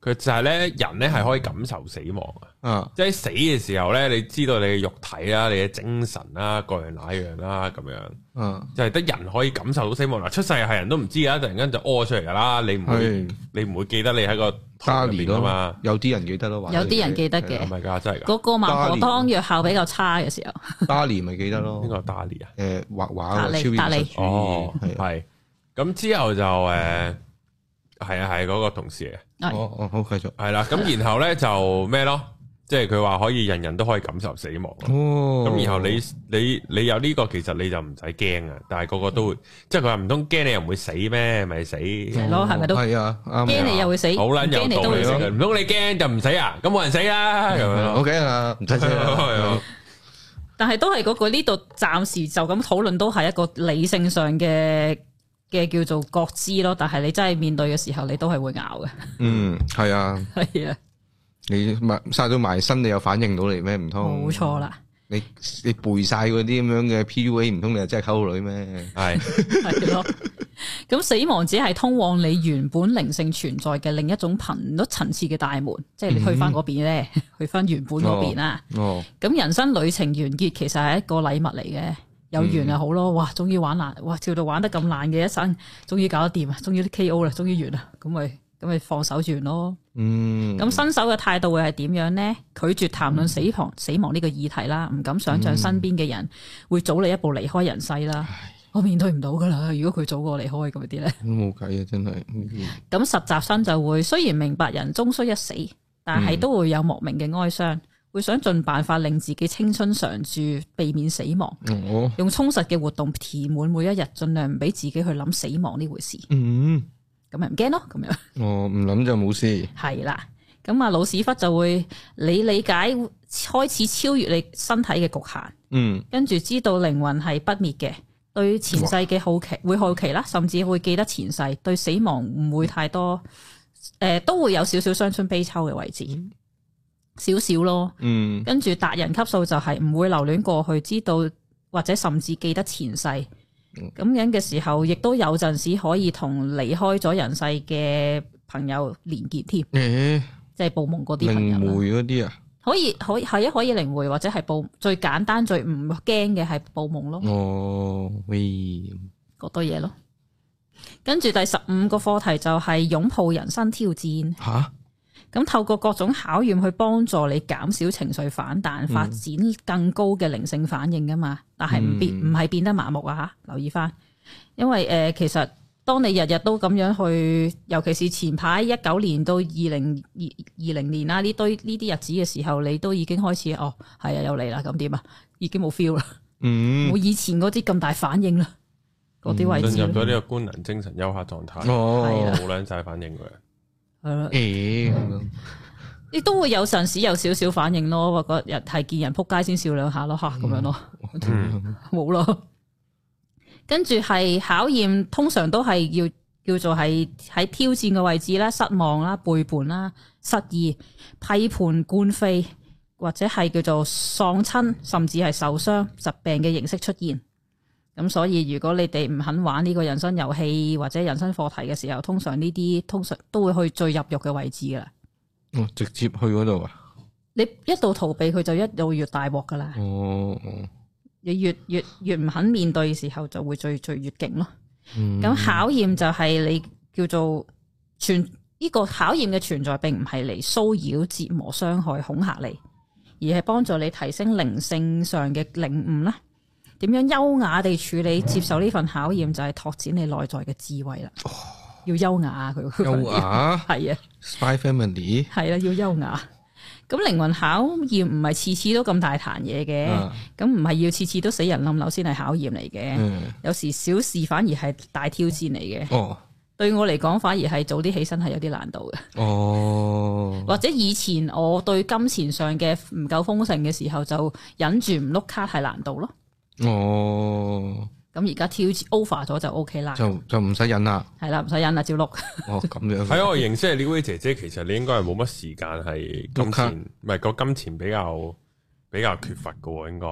Speaker 1: 佢就係咧人咧係可以感受死亡啊。
Speaker 3: 啊，
Speaker 1: 即係死嘅時候咧，你知道你嘅肉體啦、你嘅精神啦、各樣那樣啦，咁樣
Speaker 3: 啊，
Speaker 1: 就係得人可以感受到死亡。嗱，出世係人都唔知噶，突然間就屙出嚟噶啦，你唔會
Speaker 3: 係
Speaker 1: 你唔會記得你喺個
Speaker 3: 加
Speaker 1: 肚入面
Speaker 3: 年
Speaker 1: 噶嘛 Oh
Speaker 3: 咯？，有啲人記得咯，
Speaker 2: 有啲人記得嘅
Speaker 1: 係咪㗎？真係㗎？
Speaker 2: 嗰個孟婆湯藥效比較差嘅時候，
Speaker 3: 加年咪記得咯
Speaker 1: 呢。個 Dali 啊？
Speaker 3: 誒畫畫
Speaker 2: 達
Speaker 3: 啊
Speaker 2: 利
Speaker 3: 超現
Speaker 2: 達利
Speaker 3: 實主
Speaker 1: 哦，
Speaker 3: 義係啊
Speaker 1: 係。咁之後就誒係啊係嗰個同事
Speaker 2: 係
Speaker 3: 哦哦好繼續。
Speaker 1: 嚟嘅，係啦。咁然後咧就咩咯？即係佢話可以人人都可以感受死亡。
Speaker 3: 哦，
Speaker 1: 咁然後你你你有呢個，其實你就唔使驚啊！但係個個都會，即係佢話唔通驚你又唔會死咩？咪死，
Speaker 2: 係咯，係咪都
Speaker 3: 係啊啱
Speaker 2: 驚你又會死，
Speaker 1: 好
Speaker 2: 唔
Speaker 1: 撚
Speaker 2: 驚你
Speaker 1: 有
Speaker 2: 都
Speaker 1: 道
Speaker 2: 會
Speaker 1: 理
Speaker 2: 死
Speaker 1: 咯。。唔通你驚就唔死啊？咁冇人死啦，咁樣
Speaker 3: 啊
Speaker 1: 咯。
Speaker 3: ，OK 啊，唔使死
Speaker 1: 係
Speaker 3: 啦
Speaker 1: 啊。
Speaker 2: 但係都係嗰個呢度暫時就咁討論都係一個理性上嘅嘅叫做覺知咯。但係你真係面對嘅時候，你都係會咬嘅。
Speaker 3: 嗯，係啊，
Speaker 2: 係啊，
Speaker 3: 你埋晒到埋身，你又反應到嚟咩？唔通
Speaker 2: 冇錯啦。
Speaker 3: 你你背晒嗰啲咁樣嘅 PUA，唔通你係真係溝女咩？
Speaker 1: 係
Speaker 2: 系咯。咁死亡只係通往你原本靈性存在嘅另一種頻率層次嘅大門，即係你去翻嗰邊咧， 去翻原本嗰邊啦。
Speaker 3: 哦，
Speaker 2: 咁人生旅程完結其實係一個禮物嚟嘅，有緣就好咯。哇，終於玩爛，哇，跳到玩得咁爛嘅一生，終於搞得掂啊，終於 K.O. 啦，終於完啦，咁咪咁咪放手完咯。
Speaker 3: 嗯，
Speaker 2: 咁新手嘅態度會係點樣呢？拒絕談論死亡死亡呢個議題啦，唔敢想像身邊嘅人會早你一步離開人世啦。我面對唔到噶啦，如果佢早過我離開咁啲咧，
Speaker 3: 都冇計啊，真係。
Speaker 2: 咁實習生就會雖然明白人終須一死，但係都會有莫名嘅哀傷，會想盡辦法令自己青春常駐，避免死亡，
Speaker 3: 我
Speaker 2: 用充實嘅活動填滿每一日，盡量唔俾自己去諗死亡呢回事，
Speaker 3: 嗯，
Speaker 2: 咁咪唔驚咯，咁樣。
Speaker 3: 我唔諗就冇事。
Speaker 2: 係啦。咁啊，老屎忽就會你理解開始超越你身體嘅局限，
Speaker 3: 嗯，
Speaker 2: 跟住知道靈魂係不滅嘅，對前世嘅好奇會好奇啦，甚至會記得前世，對死亡唔會太多，诶、都會有少少傷春悲秋嘅位置，少少咯。
Speaker 3: 嗯，
Speaker 2: 跟住達人級數就係唔會留戀過去，知道或者甚至記得前世。咁樣嘅時候，亦都有陣時可以同離開咗人世嘅朋友連結添。
Speaker 3: 誒，
Speaker 2: 即係報夢嗰啲朋
Speaker 3: 靈
Speaker 2: 友啦，
Speaker 3: 媒嗰啲啊，
Speaker 2: 可以可以係啊，可以靈媒或者係報最簡單最唔驚嘅係報夢咯，
Speaker 3: 哦，喂，
Speaker 2: 嗰堆嘢咯。跟住第十五個課題就係擁抱人生挑戰，
Speaker 3: 吓，
Speaker 2: 咁透過各種考驗去幫助你減少情緒反
Speaker 1: 嗯
Speaker 2: 彈，發展更高嘅靈性反應噶嘛。但係唔變
Speaker 3: 嗯
Speaker 2: 唔係變得麻木啊嚇，留意翻，因為誒、呃其實當你日日都咁樣去，尤其是前排一九年到二零二二零年啦，啊呢堆呢啲日子嘅時候，你都已經開始哦，係啊，又嚟啦，咁點啊？已經冇 feel 啦，
Speaker 3: 嗯
Speaker 2: 冇、，以前嗰啲咁大反應啦，嗰啲位
Speaker 1: 嗯
Speaker 2: 置
Speaker 1: 進入
Speaker 2: 啦，
Speaker 1: 咗呢個官能精神休克狀態，
Speaker 2: 係
Speaker 3: 哦
Speaker 2: 啊，
Speaker 1: 冇撚晒反應佢。
Speaker 2: 係啦
Speaker 3: 誒咁樣。
Speaker 2: 亦都會有陣時有少少反應咯，話嗰日係見人撲街先笑兩下咯，嚇咁樣咯，
Speaker 1: 嗯
Speaker 2: 冇咯。跟住係考驗，通常都係要叫做係喺挑戰嘅位置啦、失望啦、背叛啦、失意、批判、官非，或者係叫做喪親，甚至係受傷、疾病嘅形式出現。咁所以如果你哋唔肯玩呢個人生遊戲或者人生課題嘅時候，通常呢啲通常都會去最入肉嘅位置噶啦。
Speaker 3: 哦，直接去嗰度啊？
Speaker 2: 你一度逃避佢就一路越大鑊噶啦，
Speaker 3: 哦，
Speaker 2: 你越越越唔肯面對嘅時候就會最最越勁咯。
Speaker 3: 咁
Speaker 2: 咁考驗就係你叫做存呢、個考驗嘅存在並唔係嚟騷擾、折磨、傷害、恐嚇你，而係幫助你提升靈性上嘅領悟啦，點樣優雅地處理
Speaker 3: 嗯
Speaker 2: 接受呢份考驗，就係拓展你內在嘅智慧啦。要優雅啊佢，
Speaker 3: 哦優雅
Speaker 2: 係啊，
Speaker 3: Spy Family
Speaker 2: 係啦，要優雅。咁靈魂考驗唔係次次都咁大壇嘢嘅，
Speaker 3: 啊
Speaker 2: 咁唔係要次次都死人冧樓先係考驗嚟嘅。
Speaker 3: 嗯
Speaker 2: 有時小事反而係大挑戰嚟嘅，
Speaker 3: 哦
Speaker 2: 對我嚟講反而係早啲起身係有啲難度嘅。
Speaker 1: 啊
Speaker 3: 哦
Speaker 2: 或者以前我對金錢上嘅唔夠豐盛嘅時候，就忍住唔碌卡係難度咯。
Speaker 3: 哦，
Speaker 2: 咁而家挑戰 over 咗就 OK 啦，
Speaker 3: 就就唔使忍啦，
Speaker 2: 係啦，唔使忍啦，照碌。
Speaker 3: 哦咁樣
Speaker 1: 喺啊我認識嘅呢位姐姐，其實你應該係冇乜時間係金
Speaker 3: 碌卡
Speaker 1: 錢，唔係個金錢比較比較缺乏嘅喎，應該。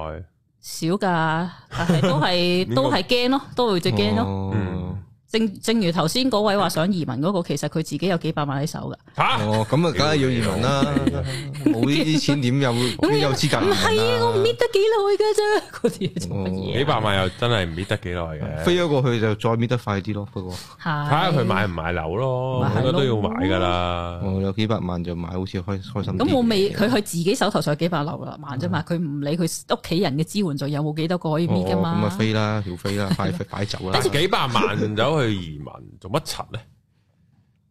Speaker 2: 少噶，但係都 係都係驚咯，都會最驚咯。
Speaker 3: 咯
Speaker 1: 嗯。
Speaker 2: 正正如頭先嗰位話想移民嗰、個，其實佢自己有幾百萬喺手噶。
Speaker 1: 吓，
Speaker 3: 哦，咁啊，梗係要移民啦！冇呢啲錢點有邊有資格
Speaker 2: 唔
Speaker 3: 移
Speaker 2: 係
Speaker 3: 民
Speaker 2: 啊，
Speaker 1: 哦
Speaker 2: 我搣
Speaker 3: 啊？
Speaker 2: 得幾耐噶啫，嗰啲嘢做乜
Speaker 1: 幾
Speaker 2: 嘢啊？
Speaker 1: 百萬又真係唔搣得幾耐嘅。
Speaker 3: 飛咗過去就再搣得快啲咯。不過
Speaker 1: 睇
Speaker 2: 睇
Speaker 1: 下佢買唔買樓咯，
Speaker 2: 買
Speaker 1: 應該
Speaker 2: 樓哦
Speaker 1: 都要買噶啦。
Speaker 3: 我有幾百萬就買，好似開開心啲。
Speaker 2: 咁我未佢佢自己手頭上有幾百樓啦，萬啫嘛，佢唔理佢屋企人嘅支援，仲有冇幾多個可以搣
Speaker 3: 哦
Speaker 2: 噶
Speaker 3: 咁啊
Speaker 2: 嘛？
Speaker 3: 飛啦，要飛啦， 快快擺走啦！
Speaker 1: 幾百萬走去移民做乜柒咧？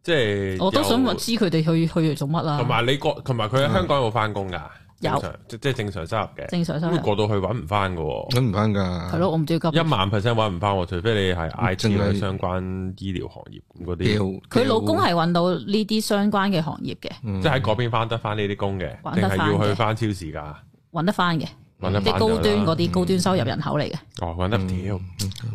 Speaker 1: 即係
Speaker 2: 我都想
Speaker 1: 有
Speaker 2: 問知佢哋去去嚟做乜
Speaker 1: 同
Speaker 2: 啦？
Speaker 1: 埋你國，同埋佢喺香港有冇翻工噶？
Speaker 2: 啊嗯有
Speaker 1: 正常，即即係正常收入嘅。
Speaker 2: 正常收入
Speaker 1: 咁過到去揾唔翻噶喎，
Speaker 3: 咁唔翻㗎，
Speaker 2: 係咯，我唔知佢急
Speaker 1: 一萬 percent 揾唔翻喎，除非你係 I T
Speaker 3: 淨係
Speaker 1: 或者相關醫療行業咁嗰啲，
Speaker 3: 掉。嗯
Speaker 2: 佢老公
Speaker 3: 掉
Speaker 2: 係揾到呢啲相關嘅行業嘅，
Speaker 1: 即係喺嗰邊翻得翻呢啲工嘅，
Speaker 2: 玩
Speaker 1: 定
Speaker 2: 得
Speaker 1: 係
Speaker 2: 嗯返
Speaker 1: 要去翻超市噶？
Speaker 2: 揾得翻嘅，
Speaker 1: 揾得
Speaker 2: 即
Speaker 1: 翻就
Speaker 2: 係高
Speaker 1: 啦
Speaker 2: 端嗰啲高端收入人口嚟嘅。
Speaker 1: 哦，揾得屌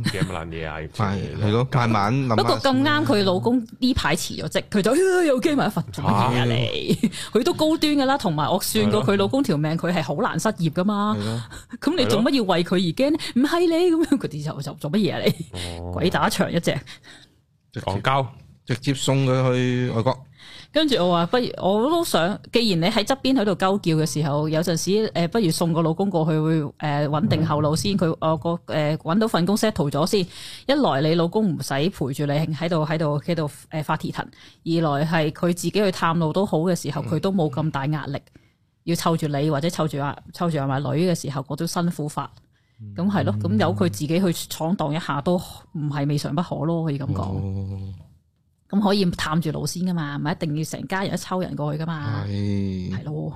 Speaker 1: 嘅乜撚嘢啊？要
Speaker 3: 快嗯 係咯，慢慢諗下。
Speaker 2: 不過咁啱佢老公呢排辭咗職，佢就哎又驚埋一份做乜嘢啊你？ 佢都高端噶啦，同埋我算過佢老公條命，佢係好難失業噶嘛
Speaker 3: 嗯係。咯，
Speaker 2: 咁你做乜要為佢而驚呢？唔係你咁樣，佢哋就就做乜嘢啊你？
Speaker 1: 哦
Speaker 2: 鬼打牆一隻。
Speaker 3: 直
Speaker 1: 戇
Speaker 3: 接
Speaker 1: 交
Speaker 3: 直接送佢去外國。
Speaker 2: 跟住我話，不如我都想，既然你喺側邊喺度鳩叫嘅時候，有陣時誒、呃不如送個老公過去會誒穩、定後路先。佢我個誒揾到份工 settle 咗先。一來你老公唔使陪住你喺度喺度喺度誒發蹄騰，二來係佢自己去探路都好嘅時候，佢都冇咁大壓力，要湊住你或者湊住阿湊住阿埋女嘅時候，嗰種辛苦法。咁係咯，咁由佢自己去闖蕩一下都唔係未嘗不可咯，可以咁講。
Speaker 3: 哦，
Speaker 2: 咁可以探住路先噶嘛，唔一定要成家人一抽人過去噶嘛，
Speaker 3: 係
Speaker 2: 係咯。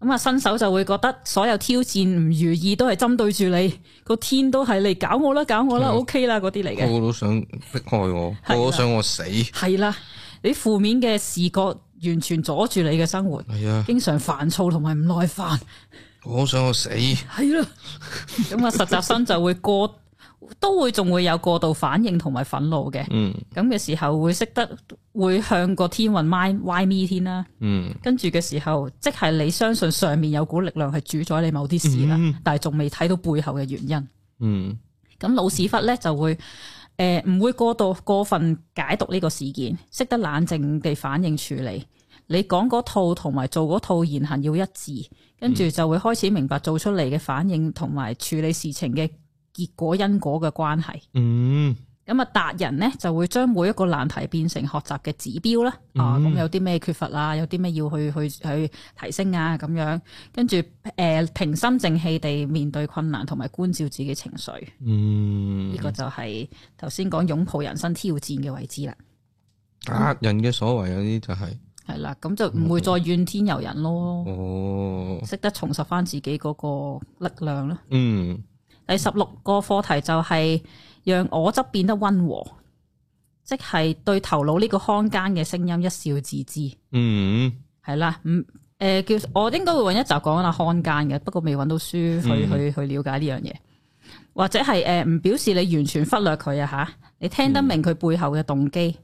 Speaker 2: 咁啊，新手就會覺得所有挑戰唔如意都係針對住你，個天都係你搞我啦，搞我啦
Speaker 3: 嗯
Speaker 2: ，OK 啦嗰啲嚟
Speaker 3: 個
Speaker 2: 嘅，
Speaker 3: 個都想迫害我，
Speaker 2: 啊
Speaker 3: 個個都想我死。係
Speaker 2: 係啦。你負面嘅視覺完全阻住你嘅生活，
Speaker 3: 啊，
Speaker 2: 經常煩躁同埋唔耐煩，
Speaker 3: 個個想我死。
Speaker 2: 係 啦。咁啊，實習生就會過，都會仲會有過度反應同埋憤怒嘅。
Speaker 3: 嗯
Speaker 2: 咁嘅時候會識得會向個天運 why why me 天啦。
Speaker 3: 嗯，
Speaker 2: 跟住嘅時候，即係你相信上面有股力量係主宰你某啲事啦，
Speaker 3: 嗯
Speaker 2: 但係仲未睇到背後嘅原因。
Speaker 3: 嗯
Speaker 2: 咁老屎忽咧就會誒唔、會過度過分解讀呢個事件，識得冷靜地反應處理。你講嗰套同埋做嗰套言行要一致，跟住就會開始明白做出嚟嘅反應同埋處理事情嘅結果因果嘅關係。
Speaker 3: 嗯，
Speaker 2: 咁啊，達人咧就會將每一個難題變成學習嘅指標啦。啊，咁有啲咩缺乏啊，有啲咩要去去去提升啊，咁樣跟住誒平心靜氣地面對困難，同埋觀照自己情緒。呢、
Speaker 3: 嗯，
Speaker 2: 個就係頭先講擁抱人生挑戰嘅位置啦。
Speaker 3: 呃人嘅所謂有啲就係，
Speaker 2: 係啦，咁就唔會再怨天尤人咯，
Speaker 3: 哦，
Speaker 2: 識得重拾翻自己嗰個力量啦。
Speaker 3: 嗯
Speaker 2: 第十六個課題就係讓我執變得温和，即係對頭腦呢個看間嘅聲音一笑置之，
Speaker 3: 嗯
Speaker 2: 係啦，唔诶、叫我應該會揾一集講啦看間嘅，不過未揾到書去、
Speaker 3: 嗯
Speaker 2: 去去了解呢樣嘢，或者係诶唔表示你完全忽略佢啊吓，你聽得明佢背後嘅動機。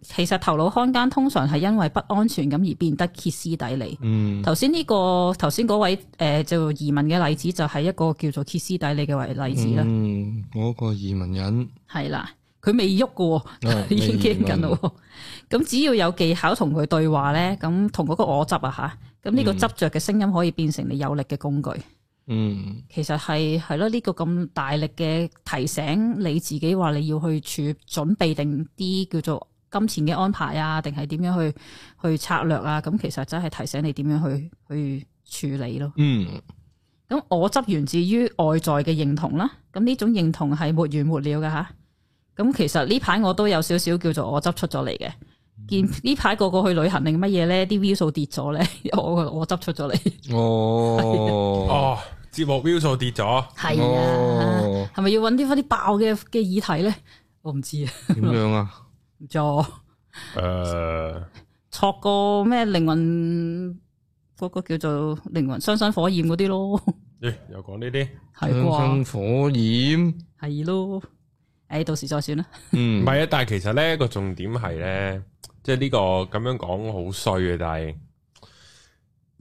Speaker 2: 其實頭腦看間通常係因為不安全感而變得歇斯底里。
Speaker 3: 嗯
Speaker 2: 頭先呢個頭先嗰位誒、呃就移民嘅例子就係一個叫做歇斯底里嘅為例子啦，
Speaker 3: 嗯，嗰個移民 人，
Speaker 2: 係啦、佢未喐嘅
Speaker 3: 啊
Speaker 2: 喎，已經驚緊
Speaker 3: 未移民
Speaker 2: 咯喎。咁只要有技巧同佢對話咧，咁同嗰個我執啊吓，咁呢個執着嘅聲音可以變成你有力嘅工具。
Speaker 3: 嗯
Speaker 2: 其實係係咯，呢、個咁大力嘅提醒你自己話你要去儲準備定啲叫做金錢嘅安排啊，定係點樣去 去策略啊？咁其實真係提醒你點樣去去處理咯。
Speaker 3: 嗯
Speaker 2: 咁我執源自於外在嘅認同啦，咁呢種認同係沒完沒了嘅吓。咁其實呢排我都有少少叫做我執出咗嚟嘅，
Speaker 3: 嗯
Speaker 2: 見呢排個個去旅行定乜嘢咧，啲 view 數跌咗咧， 我我執出咗嚟。
Speaker 3: 哦，
Speaker 1: 哦，節目 view 數跌咗，
Speaker 2: 係
Speaker 3: 哦
Speaker 2: 啊，係咪要揾啲翻啲爆嘅嘅議題咧？我唔知啊，
Speaker 3: 點樣啊？
Speaker 2: 唔知啊。
Speaker 1: 诶，
Speaker 2: 戳個咩靈魂嗰、個叫做靈魂雙生火焰嗰啲咯，
Speaker 1: 咦，又講呢啲，
Speaker 2: 係
Speaker 3: 雙
Speaker 2: 啩？
Speaker 3: 生火焰，
Speaker 2: 係咯，诶、到時再算啦。
Speaker 1: 唔
Speaker 3: 嗯，
Speaker 1: 係啊，但係其實咧個重點係咧，即係呢個咁樣講好衰嘅，但係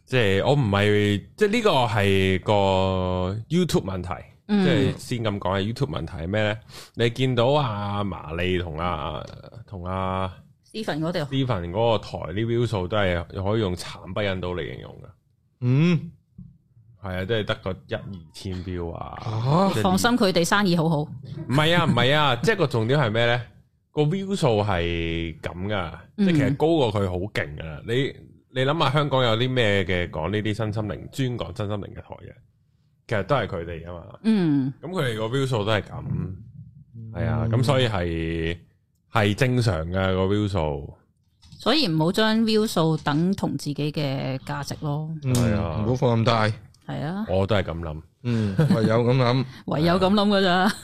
Speaker 1: 即係我唔係，即係呢個係個 YouTube 問題。即
Speaker 2: 嗯，
Speaker 1: 係先咁講嘅 YouTube 問題係咩咧？你見到阿麻利同阿同阿
Speaker 2: Stephen 嗰度
Speaker 1: Stephen 嗰個台啲 view 數都係可以用慘不忍睹嚟形容嘅，
Speaker 3: 嗯，
Speaker 1: 係啊，都係得個一二千 view 啊！
Speaker 3: 啊，
Speaker 1: 即係
Speaker 2: 哦放心，佢哋生意好好。
Speaker 1: 唔係 啊，唔係啊，即係個重點係咩咧？個 view 數係咁噶，即係其實
Speaker 2: 嗯
Speaker 1: 高過佢好勁噶啦。你你諗下香港有啲咩嘅講呢啲身心靈專講身心靈嘅台嘅，其實都係佢哋啊嘛。
Speaker 2: 嗯，
Speaker 1: 咁佢哋個 view 數都係咁。系啊，咁所以系系正常嘅個 view 數，
Speaker 2: 所以唔好將 view 數等同自己嘅價值咯。
Speaker 3: 嗯
Speaker 1: 係啊
Speaker 3: 唔好放咁大，
Speaker 2: 係啊，
Speaker 1: 我都係咁諗。
Speaker 3: 嗯，唯有咁諗，
Speaker 2: 唯有
Speaker 1: 啊
Speaker 2: 咁諗噶咋。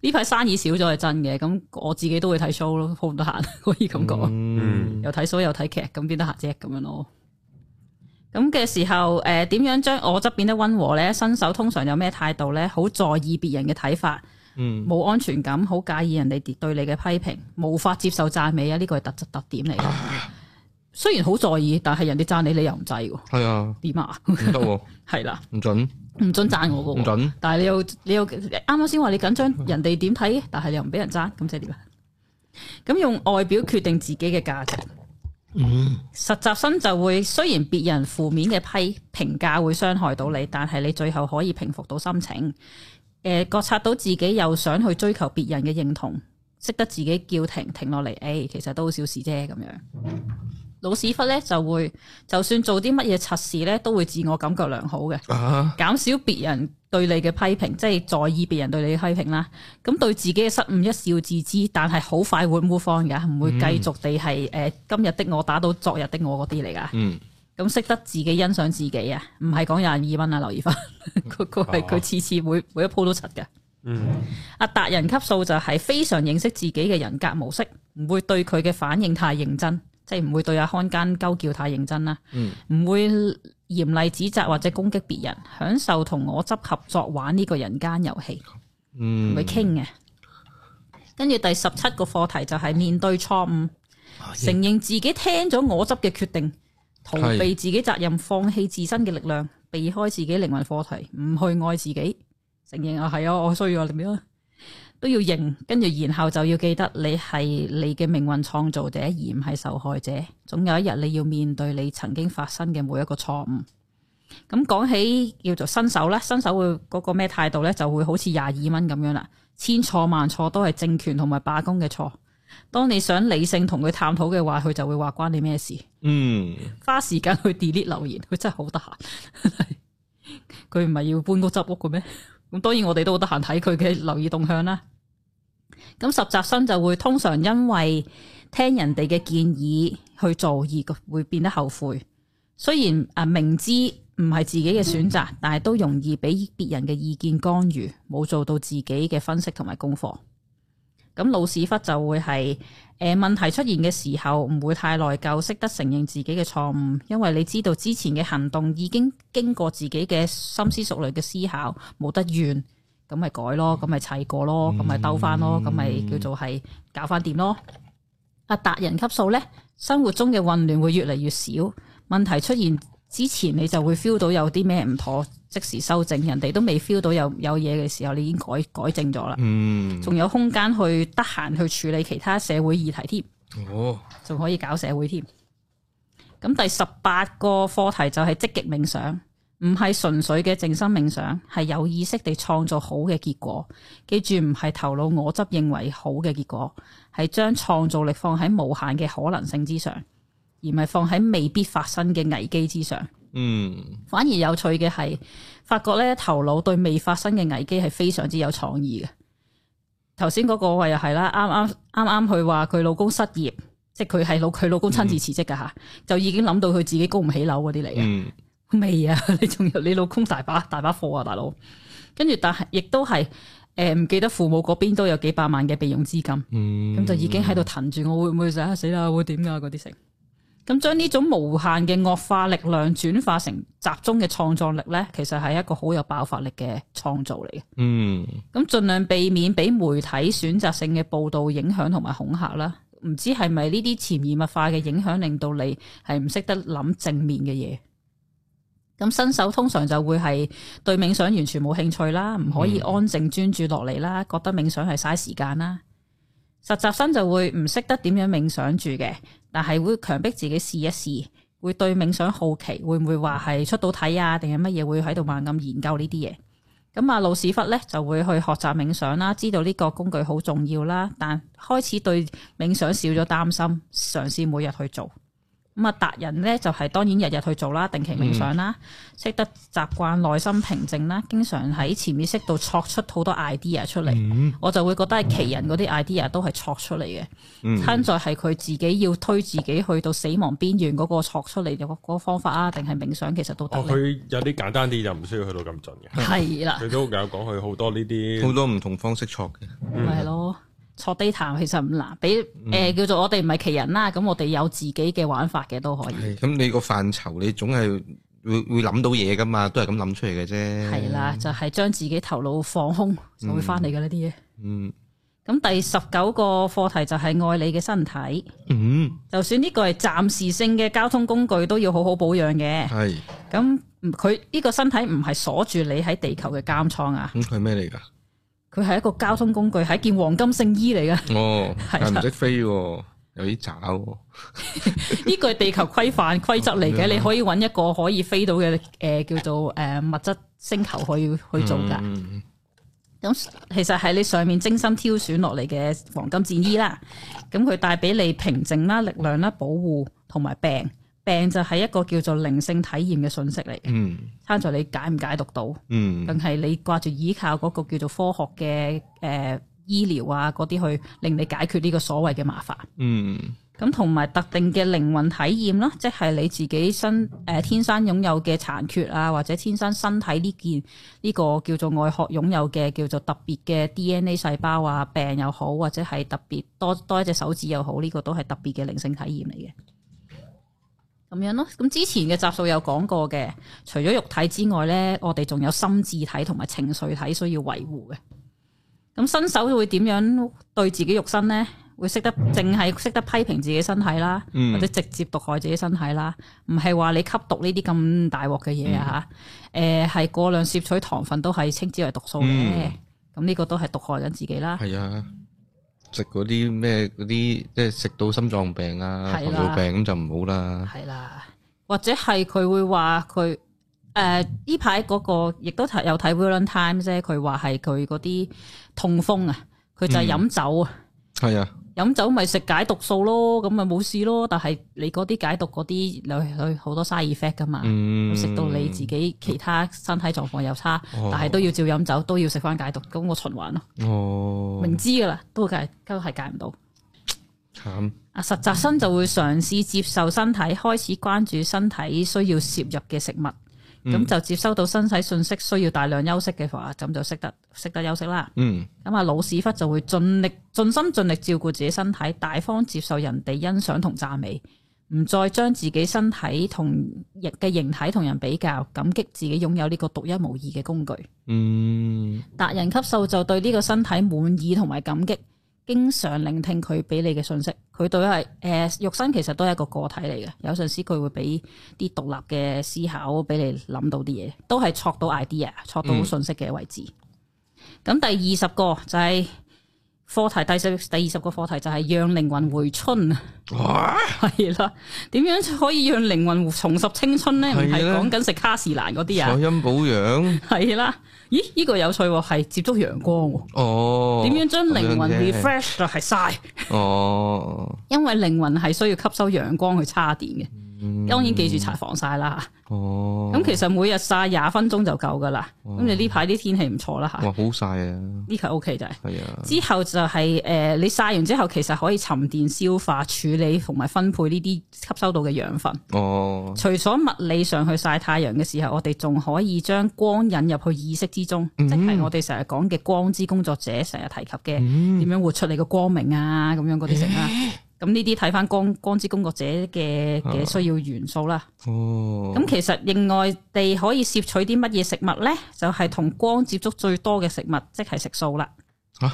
Speaker 2: 呢排生意少咗係真嘅，咁我自己都會睇 show 咯，好唔得閒 可以咁講。
Speaker 3: 嗯，
Speaker 2: 又睇書又睇劇，咁邊得閒啫咁樣咯。咁嘅時候，誒、點樣將我則變得温和呢？新手通常有咩態度呢？好在意別人嘅睇法，
Speaker 3: 嗯，
Speaker 2: 冇安全感，好介意人哋對你嘅批評，無法接受讚美啊！呢個係特質特點嚟嘅。雖然好在意，但係人哋讚你，你又唔制喎，
Speaker 3: 係啊，
Speaker 2: 點啊？
Speaker 3: 唔得喎，
Speaker 2: 係啦，
Speaker 3: 唔準，
Speaker 2: 唔准讚我
Speaker 3: 唔
Speaker 2: 嘅喎。
Speaker 3: 準，
Speaker 2: 但係你又你又啱啱先話你緊張人哋點睇，但係你又唔俾人讚，咁即係點啊？咁用外表決定自己嘅價值。
Speaker 3: 嗯，
Speaker 2: 實習生就會雖然別人負面嘅批評價會傷害到你，但係你最後可以平復到心情。诶、覺察到自己又想去追求別人嘅認同，識得自己叫停停落嚟，诶、其實都好小事啫咁樣。老屎忽咧就會，就算做啲乜嘢測事咧，都會自我感覺良好嘅。
Speaker 3: 啊，
Speaker 2: 減少別人對你嘅批評，即係在意別人對你嘅批評啦。咁對自己嘅失誤一笑置之，但係好快會 move on 噶，唔會繼續地係誒、呃今日的我打到昨日的我嗰啲嚟噶。
Speaker 3: 嗯，
Speaker 2: 咁識得自己欣賞自己啊，唔係講廿二蚊啊，劉以芬，
Speaker 3: 嗯
Speaker 2: 佢佢係
Speaker 3: 啊
Speaker 2: 佢次次每每一鋪都柒嘅。
Speaker 1: 嗯，
Speaker 2: 阿達人級數就係非常認識自己嘅人格模式，唔會對佢嘅反應太認真，即係唔會對阿看間鳩叫太認真啦。
Speaker 3: 嗯，
Speaker 2: 唔會嚴厲指責或者攻擊別人，享受同我執合作玩呢個人間遊戲，
Speaker 3: 嗯
Speaker 2: 唔，會傾嘅。跟住第十七個課題就係面對錯誤，承認自己聽咗我執嘅決定，逃
Speaker 3: 係
Speaker 2: 避自己責任，放棄自身嘅力量，避開自己靈魂課題，唔去愛自己，承認啊係啊，我需要啊點樣都要認，跟住然後就要記得你係你嘅命運創造者，而唔係受害者。總有一日你要面對你曾經發生嘅每一個錯誤。咁講起叫做新手咧，新手會嗰個咩態度咧，就會好似廿二蚊咁樣啦，千錯萬錯都係政權同埋罷工嘅錯。當你想理性同佢探討嘅話，佢就會話關你咩事。
Speaker 3: 嗯，
Speaker 2: 花時間去 delete 留言，佢真係好得閒。 佢唔係要搬屋執屋嘅咩？咁當然我哋都好得閒睇佢嘅留意動向啦。咁實習生就會通常因為聽人哋嘅建議去做而會變得後悔。雖然啊明知唔係自己嘅選擇，但係都容易俾別人嘅意見干預，冇做到自己嘅分析同埋功課。咁老屎忽就會係誒問題出現嘅時候，唔會太內疚，識得承認自己嘅錯誤，因為你知道之前嘅行動已經經過自己嘅深思熟慮嘅思考，冇得怨，咁咪改咯，咁咪砌過咯，咁咪兜翻咯，咁咪叫做係搞翻掂咯。啊達人級數呢，生活中嘅混亂會越嚟越少，問題出現之前你就會 feel 到有啲咩唔妥，即時修正，人哋都未 feel 到有有嘢嘅時候，你已經改改正咗啦。
Speaker 3: 嗯，
Speaker 2: 仲有空間去得閒去處理其他社會議題添，
Speaker 3: 哦，
Speaker 2: 仲可以搞社會添。咁第十八個課題就係積極冥想，唔係純粹嘅靜心冥想，係有意識地創造好嘅結果。記住唔係頭腦我執認為好嘅結果，係將創造力放喺無限嘅可能性之上，而唔係放喺未必發生嘅危機之上。
Speaker 3: 嗯，
Speaker 2: 反而有趣嘅係，發覺咧頭腦對未發生嘅危機係非常之有創意嘅。頭先嗰個位又係啦，啱啱啱啱佢話佢老公失業，即係佢係老佢老公親自辭職噶吓，就已經諗到佢自己供唔起樓嗰啲嚟嘅。
Speaker 3: 嗯，
Speaker 2: 未啊， 你仲有你老公大把大把貨啊，大佬。跟住但係亦都係诶唔記得父母嗰邊都有幾百萬嘅備用資金。
Speaker 3: 嗯，
Speaker 2: 咁就已經喺度騰住，我會唔會就啊死啦，會點噶嗰啲成。咁將呢種無限嘅惡化力量轉化成集中嘅創造力咧，其實係一個好有爆發力嘅創造嚟嘅。
Speaker 3: 嗯，
Speaker 2: 咁盡量避免俾媒體選擇性嘅報導影響同埋恐嚇啦。唔知係咪呢啲潛移默化嘅影響，令到你係唔識得諗正面嘅嘢。咁新手通常就會係對冥想完全冇興趣啦，唔可以安靜專注落嚟啦，覺得冥想係嘥時間啦。實習生就會唔識得點樣冥想住嘅，但係會強迫自己試一試，會對冥想好奇，會唔會話係出到體啊，定係乜嘢會喺度猛咁研究呢啲嘢？咁啊，老屎忽咧就會去學習冥想啦，知道呢個工具好重要啦，但開始對冥想少咗擔心，嘗試每日去做。咁啊，達人咧就係、當然日日去做啦，定期冥想啦，
Speaker 1: 嗯
Speaker 2: 識得習慣內心平靜啦，經常喺潛意識度作出好多 idea 出嚟，
Speaker 1: 嗯
Speaker 2: 我就會覺得係奇人嗰啲 idea 都係作出嚟嘅，
Speaker 3: 嗯
Speaker 2: 親在係佢自己要推自己去到死亡邊緣嗰個作出嚟嘅嗰個方法啊，定係冥想其實都得
Speaker 1: 哦，
Speaker 2: 嘅，
Speaker 1: 佢有啲簡單啲就唔需要去到咁盡嘅，
Speaker 2: 係啦。
Speaker 1: 佢都有講佢好多呢
Speaker 3: 好
Speaker 1: 啲，
Speaker 3: 多唔同方式錯嘅，
Speaker 2: 咪係咯，坐低談其實唔難，俾诶、叫做我哋唔係奇人啦，咁我哋有自己嘅玩法嘅都可以，
Speaker 3: 咁你個範疇你總係會會諗到嘢噶嘛，都係咁諗出嚟嘅啫，
Speaker 2: 係，啦，就係將自己頭腦放空就會翻嚟嘅呢啲嘢。
Speaker 3: 嗯，
Speaker 2: 咁第十九個課題就係愛你嘅身體，
Speaker 3: 嗯，
Speaker 2: 就算呢個係暫時性嘅交通工具，都要好好保養嘅。
Speaker 3: 係，
Speaker 2: 咁唔佢呢個身體唔係鎖住你喺地球嘅監倉啊，
Speaker 3: 咁佢咩嚟㗎？
Speaker 2: 佢係一個交通工具，係一件黃金聖衣嚟嘅。
Speaker 3: 哦，
Speaker 2: 係
Speaker 3: 但係
Speaker 2: 啦
Speaker 3: 唔識飛喎，有啲渣喎，
Speaker 2: 呢個係地球規範規則嚟嘅，
Speaker 3: 嗯
Speaker 2: 你可以揾一個可以飛到嘅誒、呃叫做誒、呃物質星球去去做㗎。
Speaker 3: 嗯
Speaker 2: 咁、其實係你上面精心挑選落嚟嘅黃金戰衣啦。咁佢帶俾你平靜啦、力量啦、保護同埋病。病就係一個叫做靈性體驗嘅信息嚟，
Speaker 3: 嗯
Speaker 2: 參在你解唔解讀到，
Speaker 3: 嗯
Speaker 2: 更係你掛住依靠嗰個叫做科學嘅誒、呃、醫療啊嗰啲去令你解決呢個所謂嘅麻煩。
Speaker 3: 嗯
Speaker 2: 咁同埋特定嘅靈魂體驗啦，即係你自己身誒、呃天生擁有嘅殘缺啊，或者天生身體呢件呢、個叫做外殼擁有嘅叫做特別嘅 DNA 細胞啊，病又好，或者係特別多多一隻手指又好，呢、個都係特別嘅靈性體驗嚟嘅。咁樣咯，咁之前嘅集數有講過嘅，除咗肉體之外咧，我哋仲有心智體同埋情緒體需要維護嘅。咁新手會點樣對自己肉身呢？會識得淨係識得批評自己身體啦，
Speaker 3: 嗯
Speaker 2: 或者直接毒害自己身體啦，唔係話你吸毒呢啲咁大鑊嘅嘢啊嚇。誒係、過量攝取糖分都係稱之為毒素嘅，咁
Speaker 3: 嗯
Speaker 2: 呢、個都係毒害緊自己啦。
Speaker 3: 係啊，食嗰啲咩嗰啲，即係食到心臟病啊、
Speaker 2: 係
Speaker 3: 糖
Speaker 2: 啦
Speaker 3: 尿病咁就唔好啦。
Speaker 2: 係啦，或者係佢會話佢誒呢排嗰個亦都睇有睇 w i l l i a m Time 啫，佢話係佢嗰啲痛風啊，佢就係飲
Speaker 3: 嗯
Speaker 2: 酒啊。
Speaker 3: 係啊，
Speaker 2: 飲酒咪食解毒素咯，咁咪冇事咯。但係你嗰啲解毒嗰啲，你去好多 side effect 噶嘛，
Speaker 3: 嗯，
Speaker 2: 咁食、到你自己其他身體狀況又差，
Speaker 3: 哦
Speaker 2: 但係都要照飲酒，都要食翻解毒，咁我循環咯。
Speaker 3: 哦，
Speaker 2: 明知噶啦，都戒都係戒唔到。
Speaker 3: 慘，
Speaker 2: 啊，實習生就會嘗試接受身體，開始關注身體需要攝入嘅食物，咁、就接收到身體信息需要大量休息嘅話，咁就識得識得休息啦。
Speaker 3: 嗯
Speaker 2: 咁啊，老屎忽就會盡力、盡心盡力照顧自己身體，大方接受人哋欣賞同讚美，唔再將自己身體同形嘅形體同人比較，感激自己擁有呢個獨一無二嘅工具。
Speaker 3: 嗯
Speaker 2: 達人級數就對呢個身體滿意同埋感激，經常聆聽佢俾你嘅信息。佢對係誒肉身其實都係一個個體嚟嘅，有陣時佢會俾啲獨立嘅思考俾你諗到啲嘢，都係戳到 idea、戳到信息嘅位置。咁、第二十個就係、課題第十第二十個課題就係讓靈魂回春，
Speaker 3: 哇，
Speaker 2: 哎係啦。點樣可以讓靈魂重拾青春呢？唔係
Speaker 3: 係啦
Speaker 2: 講緊食卡士蘭嗰啲
Speaker 3: 海
Speaker 2: 啊，
Speaker 3: 陰保養，
Speaker 2: 係啦。咦？呢、個有趣喎，係接觸陽光喎。
Speaker 3: 哦，
Speaker 2: 點樣將靈魂
Speaker 3: 咁樣啫
Speaker 2: refresh 就係晒，
Speaker 3: 哦，
Speaker 2: 因為靈魂係需要吸收陽光去叉電嘅。當然記住搽防曬啦。
Speaker 3: 嗯哦，
Speaker 2: 咁其實每日曬廿分鐘就夠噶啦。
Speaker 3: 哦
Speaker 2: 咁你呢排啲天氣唔錯啦吓，
Speaker 3: 哇好晒啊，
Speaker 2: 呢個 O K 就係。
Speaker 3: 係啊，
Speaker 2: 之後就係、呃你曬完之後其實可以沉澱、消化、處理同埋分配呢啲吸收到嘅養分。
Speaker 3: 哦，
Speaker 2: 除咗物理上去曬太陽嘅時候，我哋仲可以將光引入去意識之中，
Speaker 3: 嗯
Speaker 2: 即係我哋成日講嘅光之工作者成日提及嘅
Speaker 3: 嗯
Speaker 2: 點樣活出你個光明啊，咁樣嗰啲成啦。咁呢啲睇翻光光之工作者嘅
Speaker 3: 啊
Speaker 2: 嘅需要元素啦。
Speaker 3: 哦，
Speaker 2: 咁其實另外地可以攝取啲乜嘢食物呢？就係、同光接觸最多嘅食物，即係食素啦。
Speaker 3: 吓，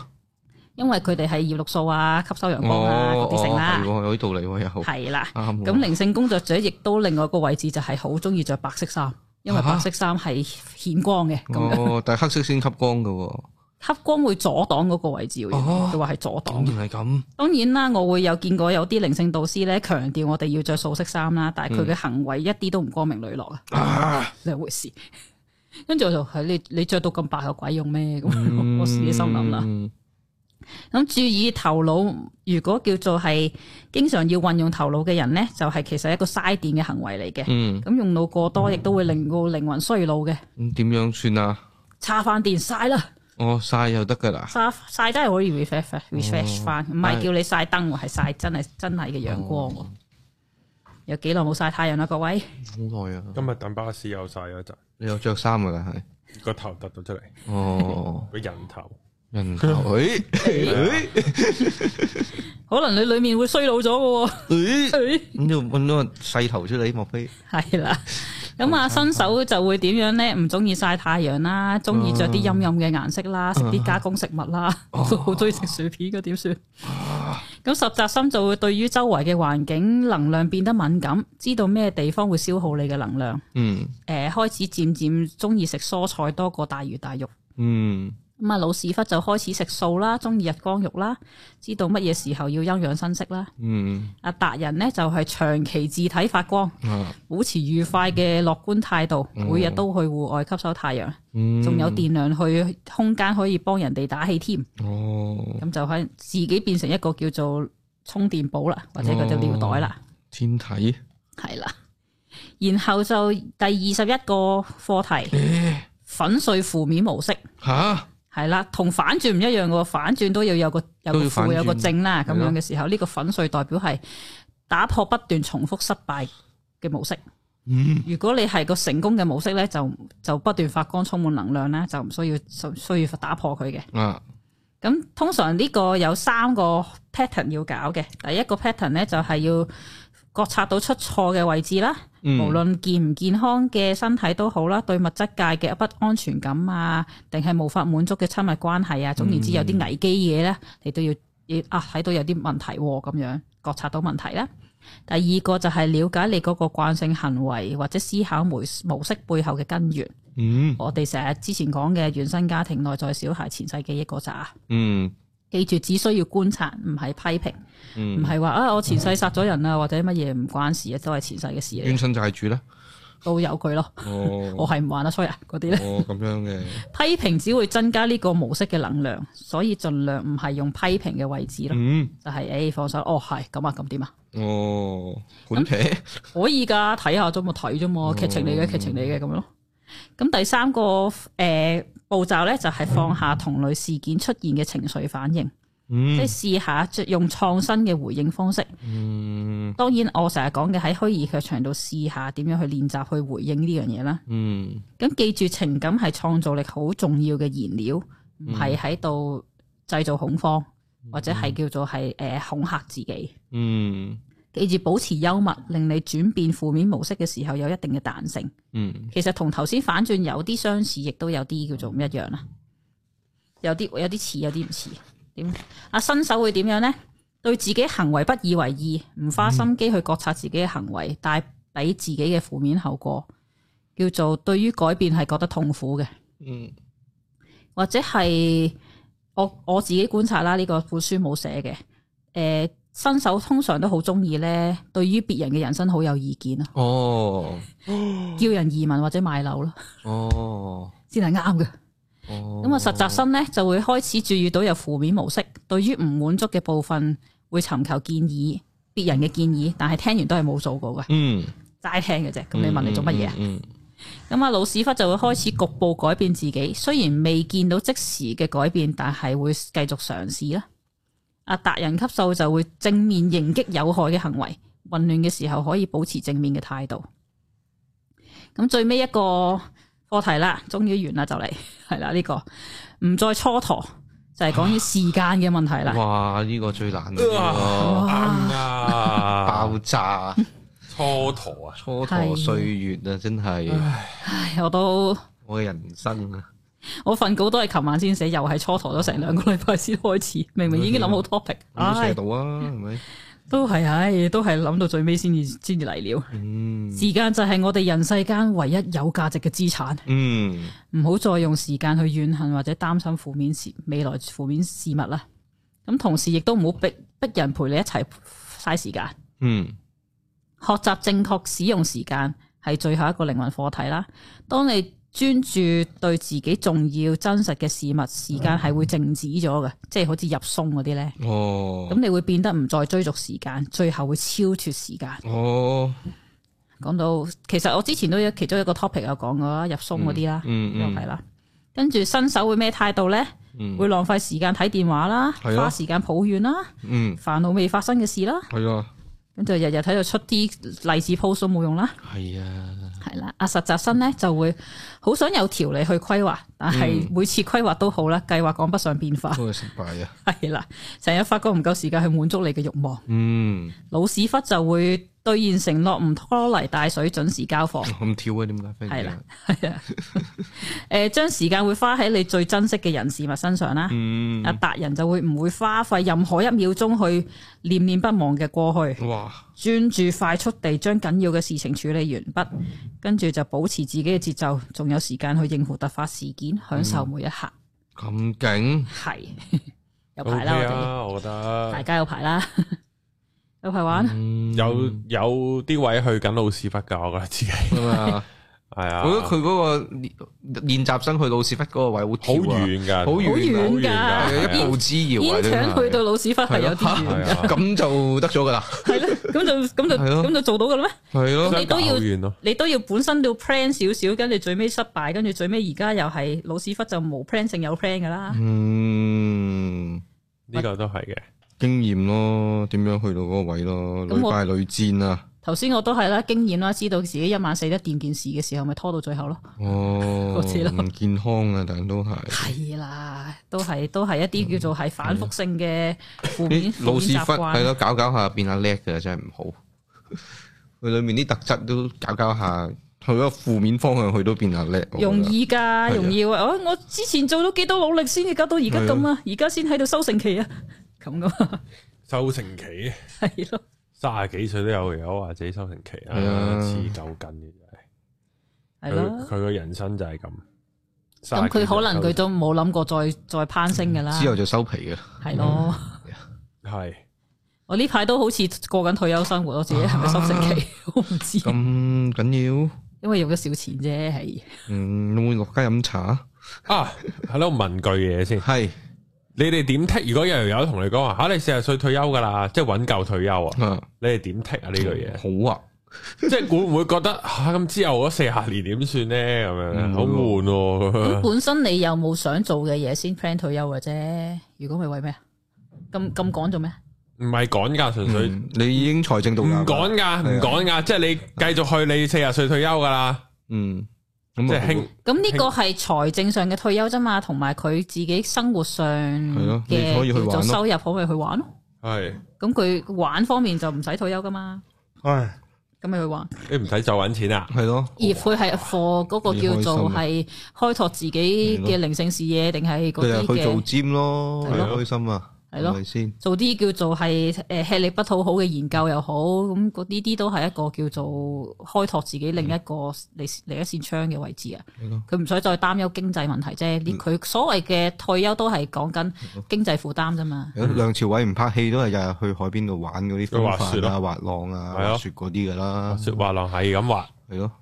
Speaker 2: 因為佢哋係葉綠素啊、吸收陽光啊嗰
Speaker 3: 哦，
Speaker 2: 啲成啦
Speaker 3: 係，喎有啲道理喎，又啱
Speaker 2: 係啦。
Speaker 3: 喎
Speaker 2: 咁靈性工作者亦都另外一個位置就係好中意着白色衫，因為
Speaker 3: 嚇
Speaker 2: 白色衫係顯光嘅，咁啊樣
Speaker 3: 哦，但係黑色先吸光噶喎，
Speaker 2: 黑光會阻擋嗰個位置喎，
Speaker 3: 哦
Speaker 2: 佢話係阻
Speaker 3: 當
Speaker 2: 擋。
Speaker 3: 然係咁，
Speaker 2: 當然啦，我會有見過有啲靈性導師咧強調我哋要着素色衫啦，
Speaker 3: 嗯
Speaker 2: 但係佢嘅行為一啲都唔光明磊落啊，兩回事。跟住我就係你你着到咁白有鬼用咩？咁我我自己心諗啦。
Speaker 3: 嗯，
Speaker 2: 咁注意頭腦，如果叫做係經常要運用頭腦嘅人呢，就係、其實一個嘥電嘅行為嚟嘅。
Speaker 3: 嗯，
Speaker 2: 咁用腦過多，亦都會令到靈魂衰老嘅。
Speaker 3: 咁點樣算啊？
Speaker 2: 叉翻電晒啦，
Speaker 3: 我晒又得噶啦，
Speaker 2: 晒晒真係可以 refresh refresh 翻，唔係叫你晒燈喎，係晒真係真係嘅陽光喎。有幾耐冇晒太陽啦，各位？
Speaker 3: 好耐啊，
Speaker 1: 今日等巴士又晒咗一陣，
Speaker 3: 你有着衫噶啦，係，
Speaker 1: 個頭突到出嚟，
Speaker 3: 哦，
Speaker 1: 個人頭。
Speaker 3: 人頭， 誒誒
Speaker 2: 可能你裡面會衰老咗嘅
Speaker 3: 誒。
Speaker 2: 喎。
Speaker 3: 咁就揾咗個細頭出嚟，莫非？
Speaker 2: 係啦，咁啊新手就會點樣呢？唔中意晒太陽啦，中意着啲陰陰嘅顏色啦，食啲加工食物啦， 好中意食薯片嘅點算？咁實習心就會對於周圍嘅環境能量變得敏感，知道咩地方會消耗你嘅能量。
Speaker 3: 嗯
Speaker 2: 诶、開始漸漸中意食蔬菜多過大魚大肉。
Speaker 3: 嗯，
Speaker 2: 咁啊，老屎忽就開始食素啦，中意日光浴啦，知道乜嘢時候要休養生息啦。
Speaker 3: 嗯
Speaker 2: 阿達人呢，就係長期自體發光，
Speaker 3: 啊，
Speaker 2: 保持愉快嘅樂觀態度，每日都去戶外吸收太陽，
Speaker 3: 嗯，
Speaker 2: 仲有電量去空間可以幫人哋打氣添。
Speaker 3: 哦，
Speaker 2: 咁就可以自己變成一個叫做充電寶啦，或者嗰隻尿袋啦，
Speaker 3: 天體
Speaker 2: 係啦。然後就第二十一個課題，粉碎負面模式。
Speaker 3: 吓，
Speaker 2: 係啦，同反轉唔一樣喎，反轉都要有個有
Speaker 3: 都
Speaker 2: 個
Speaker 3: 要反
Speaker 2: 負
Speaker 3: 轉
Speaker 2: 有個正啦，咁
Speaker 3: 係咯
Speaker 2: 樣嘅時候，呢個粉碎代表係打破不斷重複失敗嘅模式。
Speaker 3: 嗯
Speaker 2: 如果你係個成功嘅模式咧，就就不斷發光，充滿能量啦，就唔需要需需要打破佢嘅。
Speaker 3: 啊，
Speaker 2: 咁通常呢個有三個 pattern 要搞嘅，第一個 pattern 咧就係要覺察到出錯嘅位置啦，
Speaker 3: 嗯
Speaker 2: 無論健唔健康嘅身體都好啦，對物質界嘅不安全感啊，定係無法滿足嘅親密關係
Speaker 3: 嗯
Speaker 2: 啊，總言之有啲危機嘢咧，你都要要啊睇到有啲問題喎、咁樣覺察到問題啦。第二個就係了解你嗰個慣性行為或者思考模模式背後嘅根源。
Speaker 3: 嗯
Speaker 2: 我哋成日之前講嘅原生家庭、內在小孩、前世記憶嗰扎。啊
Speaker 3: 嗯
Speaker 2: 記住，只需要觀察，唔係批評，唔
Speaker 3: 嗯，嗯
Speaker 2: 係話啊我前世殺咗人啊，或者乜嘢唔關事啊，都係前世嘅事嚟
Speaker 3: 冤，親債主咧，
Speaker 2: 都有佢咯。 我
Speaker 3: 哦，
Speaker 2: 係唔玩得衰啊嗰啲咧，
Speaker 3: 哦咁樣嘅，
Speaker 2: 批評只會增加呢個模式嘅能量，所以盡量唔係用批評嘅位置咯，
Speaker 3: 嗯，
Speaker 2: 就係誒放手，哦係咁啊咁點啊，
Speaker 3: 哦，本皮，
Speaker 2: 可以㗎，睇下啫嘛，睇啫
Speaker 3: 哦
Speaker 2: 嘛，劇情嚟嘅劇情嚟嘅咁樣咯。咁第三個誒、呃步驟咧，就係放下同類事件出現嘅情緒反應，
Speaker 3: 嗯
Speaker 2: 即係試下用創新嘅回應方式。
Speaker 3: 嗯
Speaker 2: 當然，我成日講嘅喺虛擬劇場度試下點樣去練習去回應呢樣嘢啦。
Speaker 3: 嗯
Speaker 2: 咁記住，情感係創造力好重要嘅燃料，唔係喺度製造恐慌，或者係叫做係誒、呃恐嚇自己。
Speaker 3: 嗯
Speaker 2: 記住保持幽默，令你轉變負面模式嘅時候有一定嘅彈性。
Speaker 3: 嗯
Speaker 2: 其實同頭先反轉有啲相似，亦都有啲叫做唔一樣啦。有啲有啲似，有啲唔似。點啊？新手會點樣呢？對自己行為不以為意，唔花心機去覺察自己嘅行為帶俾自己嘅負面後果，叫做對於改變係覺得痛苦嘅，
Speaker 3: 嗯
Speaker 2: 或者係我我自己觀察啦。呢、個本書冇寫嘅。诶、新手通常都好中意呢，對於別人嘅人生好有意見啊，
Speaker 3: 哦
Speaker 2: 叫人移民或者買樓咯，
Speaker 3: 哦
Speaker 2: 先係啱嘅。
Speaker 3: 哦，
Speaker 2: 咁啊，實習生咧就會開始注意到有負面模式，對於唔滿足嘅部分會尋求建議，別人嘅建議，但係聽完都係冇做過嘅，
Speaker 3: 嗯，
Speaker 2: 齋聽嘅啫。咁你問你做乜嘢啊？
Speaker 3: 嗯？嗯，
Speaker 2: 咁啊，老屎忽就會開始局部改變自己，雖然未見到即時嘅改變，但係會繼續嘗試啦。啊，達人級數就會正面迎擊有害嘅行為，混亂嘅時候可以保持正面嘅態度。咁最尾一個課題啦，終於完啦，就嚟 係啦，呢、個唔再蹉跎，就係講於時間嘅問題啦。
Speaker 3: 嗯哇！呢個最難
Speaker 1: 啊
Speaker 3: 啊，
Speaker 1: 啱
Speaker 3: 爆
Speaker 1: 啊，
Speaker 3: 炸
Speaker 1: 蹉跎啊，
Speaker 3: 蹉跎歲月啊，真係
Speaker 2: 唉，我都
Speaker 3: 我嘅人生啊！
Speaker 2: 我份稿都係琴晚先寫，又係蹉跎咗成兩個禮拜先開始，明明已經諗好 topic，
Speaker 3: 唔
Speaker 2: 唉
Speaker 3: 寫。到啊，係咪？
Speaker 2: 都係，唉，都係諗到最尾先至先至嚟了。
Speaker 3: 嗯
Speaker 2: 時間就係我哋人世間唯一有價值嘅資產，
Speaker 3: 嗯，
Speaker 2: 唔好再用時間去怨恨或者擔心負面事未來負面事物啦。咁同時亦都唔好逼逼人陪你一齊嘥時間。
Speaker 3: 嗯，
Speaker 2: 學習正確使用時間係最後一個靈魂課題啦。當你專注對自己重要真實嘅事物，時間係會靜止咗嘅，即係好似入鬆嗰啲呢。
Speaker 3: 哦
Speaker 2: 咁，你會變得唔再追逐時間，最後會超脱時間。
Speaker 3: 哦，
Speaker 2: 講到其實我之前都有其中一個 topic 有講過啦，入松嗰啲啦，
Speaker 3: 嗯
Speaker 2: 又係
Speaker 3: 嗯
Speaker 2: 啦。跟住新手會咩態度呢？
Speaker 3: 嗯
Speaker 2: 會浪費時間睇電話啦，
Speaker 3: 係啊
Speaker 2: 花時間抱怨啦，
Speaker 3: 嗯，
Speaker 2: 煩惱未發生嘅事啦，
Speaker 3: 係啊，
Speaker 2: 咁就日日喺度出啲勵志 post 都冇用啦，
Speaker 3: 係啊，
Speaker 2: 係啦。阿實習生呢就會好想有條理去規劃，但
Speaker 3: 嗯
Speaker 2: 係每次規劃都好啦，計劃趕不上變化，
Speaker 3: 都係失敗啊。
Speaker 2: 係啦，成日發覺唔夠時間去滿足你嘅慾望。
Speaker 3: 嗯，
Speaker 2: 老屎忽就會兌現承諾，唔拖泥帶水，準時交貨。
Speaker 3: 咁跳啊？點解飛機啊？
Speaker 2: 係啦，係啊，诶，将时间会花喺你最珍惜嘅人事物身上啦。
Speaker 3: 嗯
Speaker 2: 啊，，達人就會唔會花費任何一秒鐘去念念不忘嘅過去，
Speaker 3: 哇，
Speaker 2: 專注快速地將緊要嘅事情處理完畢，跟住就保持自己嘅節奏，仲有時間去應付突發事件，享受每一刻。
Speaker 3: 咁勁，
Speaker 2: 係有
Speaker 1: O
Speaker 2: 排啦，
Speaker 1: K
Speaker 2: 我哋
Speaker 1: 啊，我覺
Speaker 2: 大
Speaker 1: 得
Speaker 2: 家有排啦，有排玩。
Speaker 3: 嗯
Speaker 1: 有有啲位去緊老屎忽㗎，我覺得自己係
Speaker 3: 啊 嘛。
Speaker 1: 啊，
Speaker 3: 我覺得佢嗰個練習生去老屎忽嗰個位好
Speaker 1: 好
Speaker 3: 跳啊，
Speaker 1: 遠㗎，
Speaker 3: 好遠㗎
Speaker 1: 好
Speaker 2: 好
Speaker 1: 遠
Speaker 2: 遠㗎
Speaker 1: 㗎，
Speaker 3: 係一步之遙啊！
Speaker 2: 煙
Speaker 3: 真
Speaker 2: 腸
Speaker 3: 係
Speaker 2: 去到老屎忽係有啲
Speaker 1: 係
Speaker 2: 遠，
Speaker 1: 啊，
Speaker 3: 咁就得咗噶啦，
Speaker 2: 係咯，咁就咁就
Speaker 3: 係咯
Speaker 2: 咁就做到㗎啦咩？
Speaker 3: 係咯，
Speaker 2: 咁
Speaker 1: 相
Speaker 2: 你
Speaker 1: 隔
Speaker 2: 都要
Speaker 1: 好遠咯，
Speaker 2: 你都要本身都要 plan 少少，跟住最尾失敗，跟住最尾而家又係老屎忽就冇 plan 性有 plan 噶啦。
Speaker 3: 嗯，
Speaker 1: 呢個都係嘅。
Speaker 3: 經驗咯，點樣去到嗰個位咯，
Speaker 2: 咁
Speaker 3: 屢
Speaker 2: 我
Speaker 3: 敗屢戰啊，
Speaker 2: 頭先我都係啦，經驗啦，知道自己一晚死得掂件事嘅時候，咪拖到最後咯。
Speaker 3: 哦，
Speaker 2: 我知啦
Speaker 3: 唔健康啊，但都係。
Speaker 2: 係啦，都係都係一啲叫做係反覆性嘅負面
Speaker 3: 啲嗯老
Speaker 2: 負
Speaker 3: 屎
Speaker 2: 面習
Speaker 3: 忽係
Speaker 2: 慣。
Speaker 3: 咯，搞搞下變下叻嘅真係唔好。佢裏面啲特質都搞搞下，去咗負面方向去都變下叻。我覺得
Speaker 2: 容易
Speaker 3: 係啊
Speaker 2: 㗎，容易啊！哦我之前做咗幾多努力先至搞到而家咁啊，而家先喺度收成期啊， 咁噶嘛，
Speaker 1: 收成期
Speaker 2: 係咯。
Speaker 1: 三十幾歲都有有話自己收成期啊，
Speaker 3: 係啊
Speaker 1: 黐鳩筋嘅真係。
Speaker 2: 係
Speaker 1: 佢佢
Speaker 2: 咯，
Speaker 1: 個人生就係咁。
Speaker 2: 咁佢可能佢都冇諗過再再攀升㗎啦
Speaker 3: 嗯之，後就嗯收皮嘅。
Speaker 2: 係咯。
Speaker 1: 係
Speaker 2: 我呢排都好似過緊退休生活，我自己係咪收成期？我唔知，
Speaker 3: 啊咁緊要？
Speaker 2: 因為用咗少錢啫，係
Speaker 3: 嗯，會唔會落街飲茶？
Speaker 1: 啊，喺度問句嘢先。
Speaker 3: 係
Speaker 1: 你哋點剔？如果有條友同你講話吓，啊你四十歲退休㗎啦，即係揾夠退休啊，
Speaker 3: 啊，
Speaker 1: 你哋點剔啊呢類
Speaker 3: 好啊，
Speaker 1: 嘢？即係會唔會覺得啊吓咁之後嗰四十年點算呢？咁樣
Speaker 3: 嗯
Speaker 1: 好悶喎咁
Speaker 2: 咁
Speaker 1: 樣。
Speaker 2: 本身你有冇想做嘅嘢先 plan 退休嘅啫？如果咪為咩啊？咁咁趕做咩？啊
Speaker 1: 唔係趕㗎，純粹
Speaker 3: 嗯你已經財政獨
Speaker 1: 唔
Speaker 3: 立啦
Speaker 1: 趕㗎，唔趕㗎。即係你繼續去，你四十歲退休㗎啦，
Speaker 3: 嗯，
Speaker 1: 即
Speaker 3: 咁
Speaker 1: 係
Speaker 3: 輕
Speaker 1: 輕
Speaker 2: 咁呢個係財政上嘅退休啫嘛，同埋佢自己生活上
Speaker 3: 咯你可
Speaker 2: 嘅
Speaker 3: 以去
Speaker 2: 叫
Speaker 3: 玩
Speaker 2: 做
Speaker 3: 咯
Speaker 2: 收入可唔可以去玩咯？
Speaker 1: 係
Speaker 2: 咁佢玩方面就唔使退休噶嘛，
Speaker 3: 唉，
Speaker 2: 咁咪去玩。
Speaker 1: 你唔使再揾錢啊。
Speaker 3: 係咯，
Speaker 2: 而佢係課嗰個叫做
Speaker 3: 啊
Speaker 2: 係開拓自己嘅靈性視野，定係
Speaker 3: 佢
Speaker 2: 嗰
Speaker 3: 又
Speaker 2: 啲
Speaker 3: 去做
Speaker 2: 嘅
Speaker 3: gym 咯，
Speaker 2: 係
Speaker 1: 咯
Speaker 3: 開心啊，
Speaker 2: 係咯
Speaker 3: 係咪先？
Speaker 2: 做啲叫做係誒吃力不討好嘅研究又好，咁嗰啲啲都係一個叫做開拓自己另一個
Speaker 3: 嗯
Speaker 2: 嚟另一扇窗嘅位置啊
Speaker 3: 係咯。
Speaker 2: 佢唔使再擔憂經濟問題啫，呢佢所謂嘅退休都係講緊
Speaker 3: 嗯
Speaker 2: 經濟負擔啫嘛。
Speaker 3: 有梁朝偉唔拍戲都係日日去海邊度玩嗰啲風
Speaker 1: 滑雪
Speaker 3: 帆
Speaker 1: 咯
Speaker 3: 啊、滑浪啊、
Speaker 1: 係啊啊
Speaker 3: 滑雪嗰啲噶啦，
Speaker 1: 雪滑浪係咁滑，
Speaker 3: 係咯，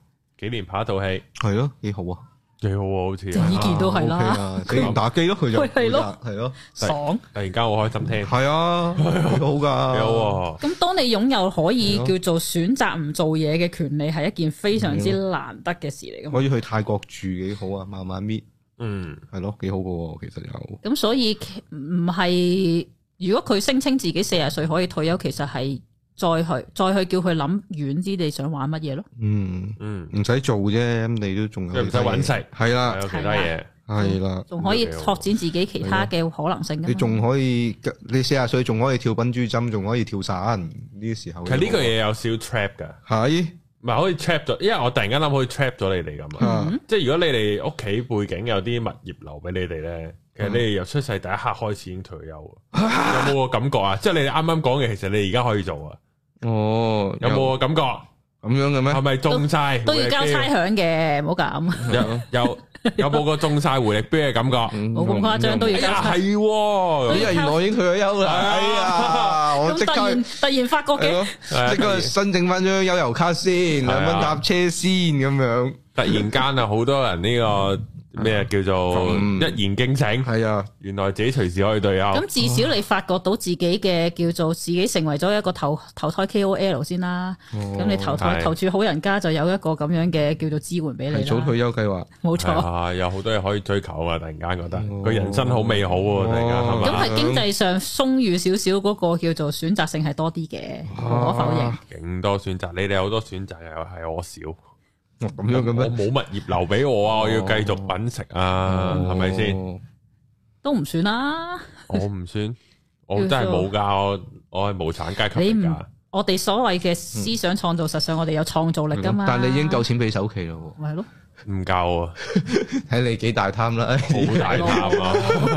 Speaker 1: 幾年拍一套戲。
Speaker 3: 係咯，幾好啊！
Speaker 1: 幾好喎，好似
Speaker 2: 正呢件都係啦
Speaker 3: OK 啊死唔打機咯，佢就
Speaker 2: 佢 係咯
Speaker 3: 係咯，
Speaker 2: 爽。
Speaker 1: 突然間好開心聽，幾
Speaker 3: 係 啊，幾好噶，
Speaker 1: 好啊喎。
Speaker 2: 咁當你擁有可以
Speaker 3: 係咯
Speaker 2: 叫做選擇唔做嘢嘅權利，係一件非常之
Speaker 3: 嗯
Speaker 2: 難得嘅事嚟噶嘛。
Speaker 3: 可以去泰國住幾好啊，慢慢搣
Speaker 1: 嗯，
Speaker 3: 係咯，幾好噶喎，其實又
Speaker 2: 咁所以其唔係，如果佢聲稱自己四十歲可以退休，其實係再去再去叫佢諗遠啲，你想玩乜嘢咯？
Speaker 3: 嗯
Speaker 1: 嗯，
Speaker 3: 唔使做啫，咁你都仲有
Speaker 1: 即係唔使揾食
Speaker 3: 係啦
Speaker 1: 係啊有其他嘢，
Speaker 3: 啊係啦，
Speaker 2: 仲可以拓展自己其他嘅可能性㗎嘛
Speaker 3: 你仲可以你四十歲仲可以跳笨珠針，仲可以跳傘呢個時候，
Speaker 1: 其實呢個嘢有少 trap 噶，
Speaker 3: 係
Speaker 1: 唔係可以 trap 咗，因為我突然間諗可以 trap 咗你哋咁啊。
Speaker 3: 啊
Speaker 1: 即係如果你哋屋企背景有啲物業留俾你哋咧，其實你哋由出世第一刻開始已經退休啊，有冇個感覺啊？即係你哋啱啱講嘅，其實你而家可以做啊，
Speaker 3: 哦，
Speaker 1: 有冇個啊感覺？
Speaker 3: 咁樣嘅
Speaker 1: 係
Speaker 3: 咩？
Speaker 1: 咪中晒
Speaker 2: 都要交
Speaker 1: 回力
Speaker 2: 差
Speaker 1: 鏢
Speaker 2: 響嘅，唔好咁。
Speaker 1: 有有有冇個中晒回力鏢嘅感覺？
Speaker 2: 冇咁誇張都要
Speaker 1: 哎
Speaker 2: 交
Speaker 1: 呀，
Speaker 2: 差。
Speaker 1: 係喎
Speaker 3: 嗯咦，
Speaker 1: 咁
Speaker 3: 原來我已經退咗 休啦！
Speaker 1: 係啊
Speaker 3: 哎呀，我即
Speaker 2: 咁突
Speaker 3: 刻
Speaker 2: 然突然發覺
Speaker 3: 係
Speaker 2: 嘅，
Speaker 3: 咯，
Speaker 1: 啊
Speaker 3: 即刻申請翻張悠遊卡先，
Speaker 1: 係啊
Speaker 3: 兩蚊搭車先咁樣。
Speaker 1: 突然間啊，好多人呢個咩叫做
Speaker 3: 嗯
Speaker 1: 一言驚醒，
Speaker 3: 係啊，
Speaker 1: 原來自己隨時可以對休。
Speaker 2: 咁至少你發覺到自己嘅叫做自己成為咗一個投投胎 KOL 先啦。
Speaker 3: 哦
Speaker 2: 咁你投胎
Speaker 1: 係
Speaker 2: 投住好人家就有一個咁樣嘅叫做支援俾你
Speaker 3: 提早
Speaker 2: 啦。
Speaker 3: 退休計劃，
Speaker 2: 冇
Speaker 1: 係
Speaker 2: 錯。
Speaker 1: 啊，有好多嘢可以追求啊！突然間覺得
Speaker 3: 哦
Speaker 1: 佢人生好美好喎，突然間
Speaker 3: 哦
Speaker 1: 係
Speaker 2: 咁
Speaker 1: 嘛？
Speaker 2: 係經濟上鬆裕少少嗰個叫做選擇性係多啲嘅，無可否
Speaker 3: 啊
Speaker 2: 認。
Speaker 1: 勁多選擇，你哋有好多選擇，又係我少。
Speaker 3: 哦咁樣嘅
Speaker 1: 我
Speaker 3: 咩？
Speaker 1: 冇物業留俾我啊，我要繼續揾食啊，係咪 先？
Speaker 3: 哦？
Speaker 2: 都唔算啦。
Speaker 1: 我唔算，我真係冇噶，我我係無產階級
Speaker 2: 你
Speaker 1: 嚟
Speaker 2: 唔
Speaker 1: 噶。
Speaker 2: 我哋所謂嘅思想創造，實上我哋有創造力噶嘛。
Speaker 3: 嗯但你已經夠錢俾首期咯
Speaker 2: 咪係咯，
Speaker 1: 唔夠 啊，
Speaker 3: 喎，睇你幾大貪啦。哎
Speaker 1: 好大貪 啊！我嗰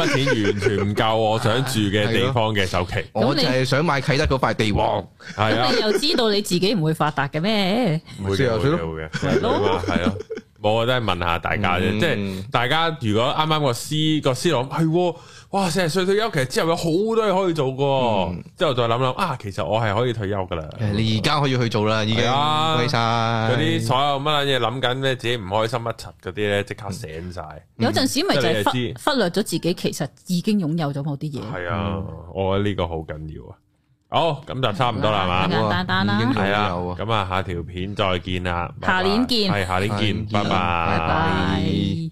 Speaker 1: 筆錢完全唔夠我想住嘅地方嘅首期，
Speaker 3: 我就係想買啟德嗰塊地王，
Speaker 1: 係啊嗯
Speaker 2: 咁，你又知道你自己唔會發達嘅咩？
Speaker 1: 唔會
Speaker 3: 四
Speaker 1: 嘅，
Speaker 3: 十歲咯
Speaker 1: 會嘅，會嘅，係啊咯。冇，我都係問下大家啫，
Speaker 3: 嗯
Speaker 1: 即係大家如果啱啱個思個思諗係喎，哇四十歲退休，其實之後有好多嘢可以做嘅，之後再諗諗啊，其實我係可以退休噶啦。
Speaker 3: 你而家可以去做啦，已經
Speaker 1: 係啊
Speaker 3: 威晒
Speaker 1: 嗰
Speaker 3: 嗰
Speaker 1: 啲所有乜嘢諗緊咩，自己唔開心乜柒嗰啲咧，即刻醒晒。
Speaker 2: 有陣時咪就係
Speaker 1: 即係你
Speaker 2: 忽忽略咗自己，其實已經擁有咗某啲嘢。
Speaker 1: 係啊，我覺得呢個好緊要啊。好，咁就差唔多啦，係嘛？
Speaker 2: 簡簡單單啦
Speaker 1: 係啊，
Speaker 3: 有啊。
Speaker 1: 咁啊，下條片再見啦，
Speaker 2: 下年見
Speaker 1: 系下年見，
Speaker 3: 下年見
Speaker 1: 拜
Speaker 2: 拜
Speaker 1: 拜
Speaker 2: 拜。